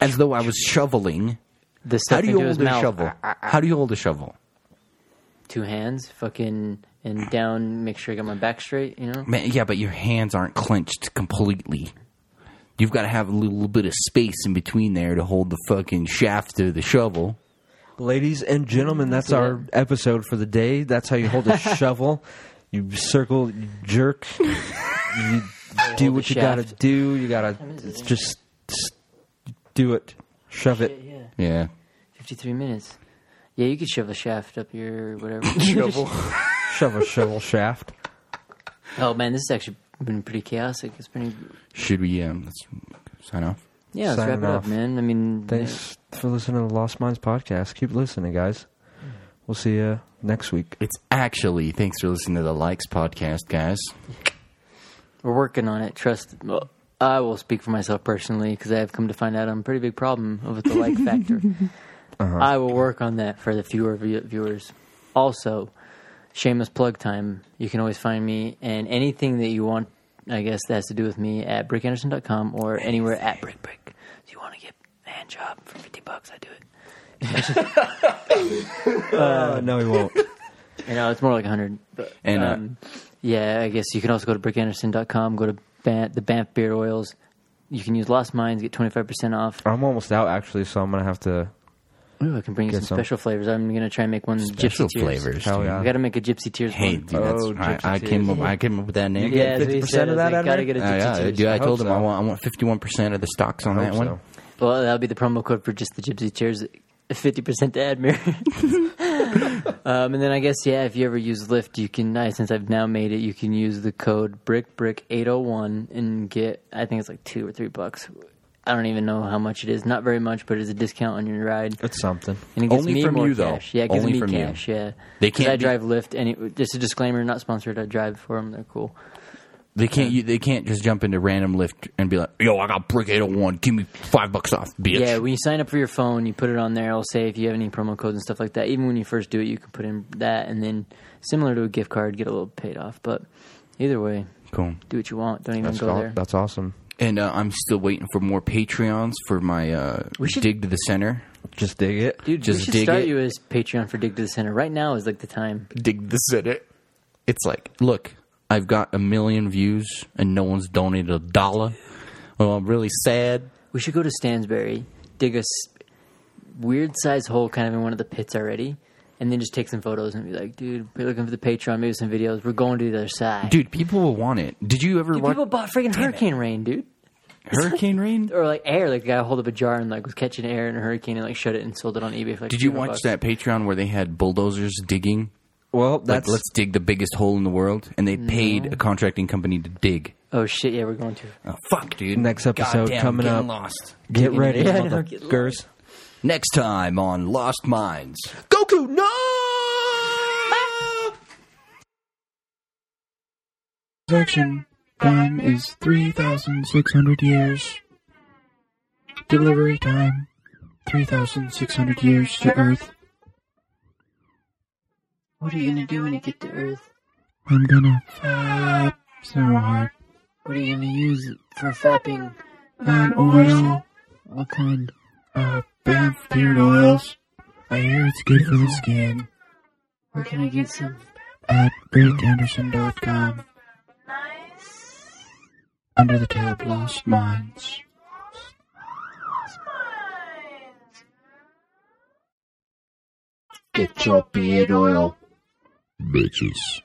Speaker 1: As though I was shoveling.
Speaker 5: The stuff
Speaker 1: How do you
Speaker 5: into his
Speaker 1: hold a
Speaker 5: mouth.
Speaker 1: shovel? How do you hold a shovel?
Speaker 5: Two hands, fucking, and down, make sure I got my back straight, you know?
Speaker 1: Man, yeah, but your hands aren't clenched completely. You've got to have a little bit of space in between there to hold the fucking shaft of the shovel.
Speaker 6: ladies and gentlemen that's our episode for the day that's how you hold a shovel you circle, you jerk, you do what you gotta
Speaker 5: shaft.
Speaker 6: do. You gotta just, just do it, shove
Speaker 5: Shit,
Speaker 6: it.
Speaker 5: yeah.
Speaker 1: Yeah.
Speaker 5: 53 minutes. Yeah, you could shove a shaft up your whatever.
Speaker 6: Shove a shovel shaft.
Speaker 5: oh, man, this has actually been pretty chaotic. It's pretty.
Speaker 1: Should we um, let's sign off?
Speaker 5: Yeah, let's
Speaker 6: Signing
Speaker 5: wrap it up,
Speaker 6: off.
Speaker 5: man. I mean,
Speaker 6: Thanks for listening to the Lost Minds podcast. Keep listening, guys. We'll see you next week.
Speaker 1: It's actually thanks for listening to the Likes podcast, guys.
Speaker 5: We're working on it. Trust. Well, I will speak for myself personally because I have come to find out I'm a pretty big problem with the like factor. I will work on that for the fewer view- viewers. Also, shameless plug time. You can always find me and anything that you want. I guess that has to do with me at brickanderson.com or anywhere at brickbrick. Brick. If you want to get a hand job for fifty bucks, I do it.
Speaker 6: Uh, no, he won't.
Speaker 5: You know, it's more like hundred. but-
Speaker 1: And uh,
Speaker 5: Um, yeah, I guess you can also go to brickanderson.com, go to Ban- the Banff Beard Oils. You can use Lost Mines, get 25% off.
Speaker 6: I'm almost out actually, so I'm gonna have to.
Speaker 5: Ooh, I can bring you
Speaker 6: Get
Speaker 5: some,
Speaker 6: some.
Speaker 5: special flavors. I'm going to try and make one
Speaker 1: special
Speaker 5: gypsy tears.
Speaker 1: flavors.
Speaker 6: Hell
Speaker 1: dude.
Speaker 6: yeah.
Speaker 5: I got to make a gypsy tears
Speaker 1: Hey,
Speaker 5: one.
Speaker 1: dude, that's
Speaker 6: Oh,
Speaker 1: I,
Speaker 6: gypsy
Speaker 1: I came up. I came up with that name.
Speaker 5: yeah, that's what he
Speaker 6: 50%
Speaker 5: said. I
Speaker 6: of
Speaker 5: was
Speaker 6: that
Speaker 5: like,
Speaker 6: on
Speaker 5: gotta
Speaker 6: there?
Speaker 5: get a
Speaker 1: Uh,
Speaker 5: gypsy
Speaker 1: yeah,
Speaker 5: tears.
Speaker 1: dude, I told
Speaker 6: hope
Speaker 1: him I
Speaker 6: so.
Speaker 1: want I want fifty one percent of the stocks on
Speaker 6: I
Speaker 1: that
Speaker 6: hope
Speaker 1: one.
Speaker 6: so.
Speaker 5: Well, that'll be the promo code for just the gypsy tears. 50% to Admir. um, and then I guess, yeah, if you ever use Lyft, you can, I, since I've now made it, you can use the code BRICKBRICK801 and get, I think it's like two or three bucks. I don't even know how much it is. Not very much, but it's a discount on your ride.
Speaker 6: It's something.
Speaker 5: And it gives
Speaker 1: Only
Speaker 5: me
Speaker 1: from
Speaker 5: more
Speaker 1: you, though.
Speaker 5: cash. Yeah, it gives
Speaker 1: Only
Speaker 5: me
Speaker 1: from you.
Speaker 5: cash. Yeah,
Speaker 1: They
Speaker 5: 'Cause
Speaker 1: can't
Speaker 5: I
Speaker 1: be-
Speaker 5: drive Lyft, and it, just a disclaimer, not sponsored. I drive for them. They're cool.
Speaker 1: They can't. You, they can't just jump into random lift and be like, "Yo, I got brick eight hundred one. Give me five bucks off, bitch."
Speaker 5: Yeah, when you sign up for your phone, you put it on there. It'll say if you have any promo codes and stuff like that. Even when you first do it, you can put in that, and then similar to a gift card, get a little paid off. But either way,
Speaker 1: cool.
Speaker 5: do what you want. Don't even
Speaker 6: That's
Speaker 5: go
Speaker 6: all,
Speaker 5: there.
Speaker 6: that's awesome.
Speaker 1: And uh, I'm still waiting for more Patreons for my uh,
Speaker 5: We should-
Speaker 1: dig to the center.
Speaker 6: Just dig it.
Speaker 5: Dude,
Speaker 1: just
Speaker 5: we should
Speaker 1: dig
Speaker 5: start
Speaker 1: it.
Speaker 5: you as Patreon for Dig to the Center. Right now is like the time.
Speaker 1: Dig the center. It's like, look, I've got a million views and no one's donated a dollar. Well, I'm really sad.
Speaker 5: We should go to Stansbury, dig a s- weird size hole kind of in one of the pits already, and then just take some photos and be like, dude, we're looking for the Patreon, maybe some videos. We're going to the other side.
Speaker 1: Dude, people will want it. Did you ever
Speaker 5: Dude,
Speaker 1: watch
Speaker 5: people bought freaking hurricane rain, dude.
Speaker 1: Hurricane Rain?
Speaker 5: Or like air, like the guy hold up a jar and like was catching air in a hurricane and like shut it and sold it on eBay for like
Speaker 1: Did you
Speaker 5: 300
Speaker 1: watch
Speaker 5: bucks.
Speaker 1: that Patreon where they had bulldozers digging?
Speaker 6: Well,
Speaker 1: Like,
Speaker 6: that's
Speaker 1: let's dig the biggest hole in the world, and they paid a contracting company to dig.
Speaker 5: Oh shit, yeah, we're going to.
Speaker 1: Oh, fuck, dude.
Speaker 6: Next episode
Speaker 1: Goddamn,
Speaker 6: coming
Speaker 1: getting
Speaker 6: up.
Speaker 1: Lost.
Speaker 6: get ready,
Speaker 5: Yeah, I know, get
Speaker 6: motherfuckers.
Speaker 1: Next time on Lost Minds. Goku, no!
Speaker 8: Resurrection time is 3,600 years. Delivery time 3,600 years to Earth.
Speaker 3: What are you gonna do when you get to Earth?
Speaker 8: I'm gonna fap so hard.
Speaker 3: What are you gonna use for fapping?
Speaker 8: An oil,
Speaker 3: What kind?
Speaker 8: uh, bath beard oils. I hear it's good for the skin.
Speaker 3: Where can I get some?
Speaker 8: At BrickAnderson.com. Under the tab Lost Minds. Get your beard oil.
Speaker 2: Bitches.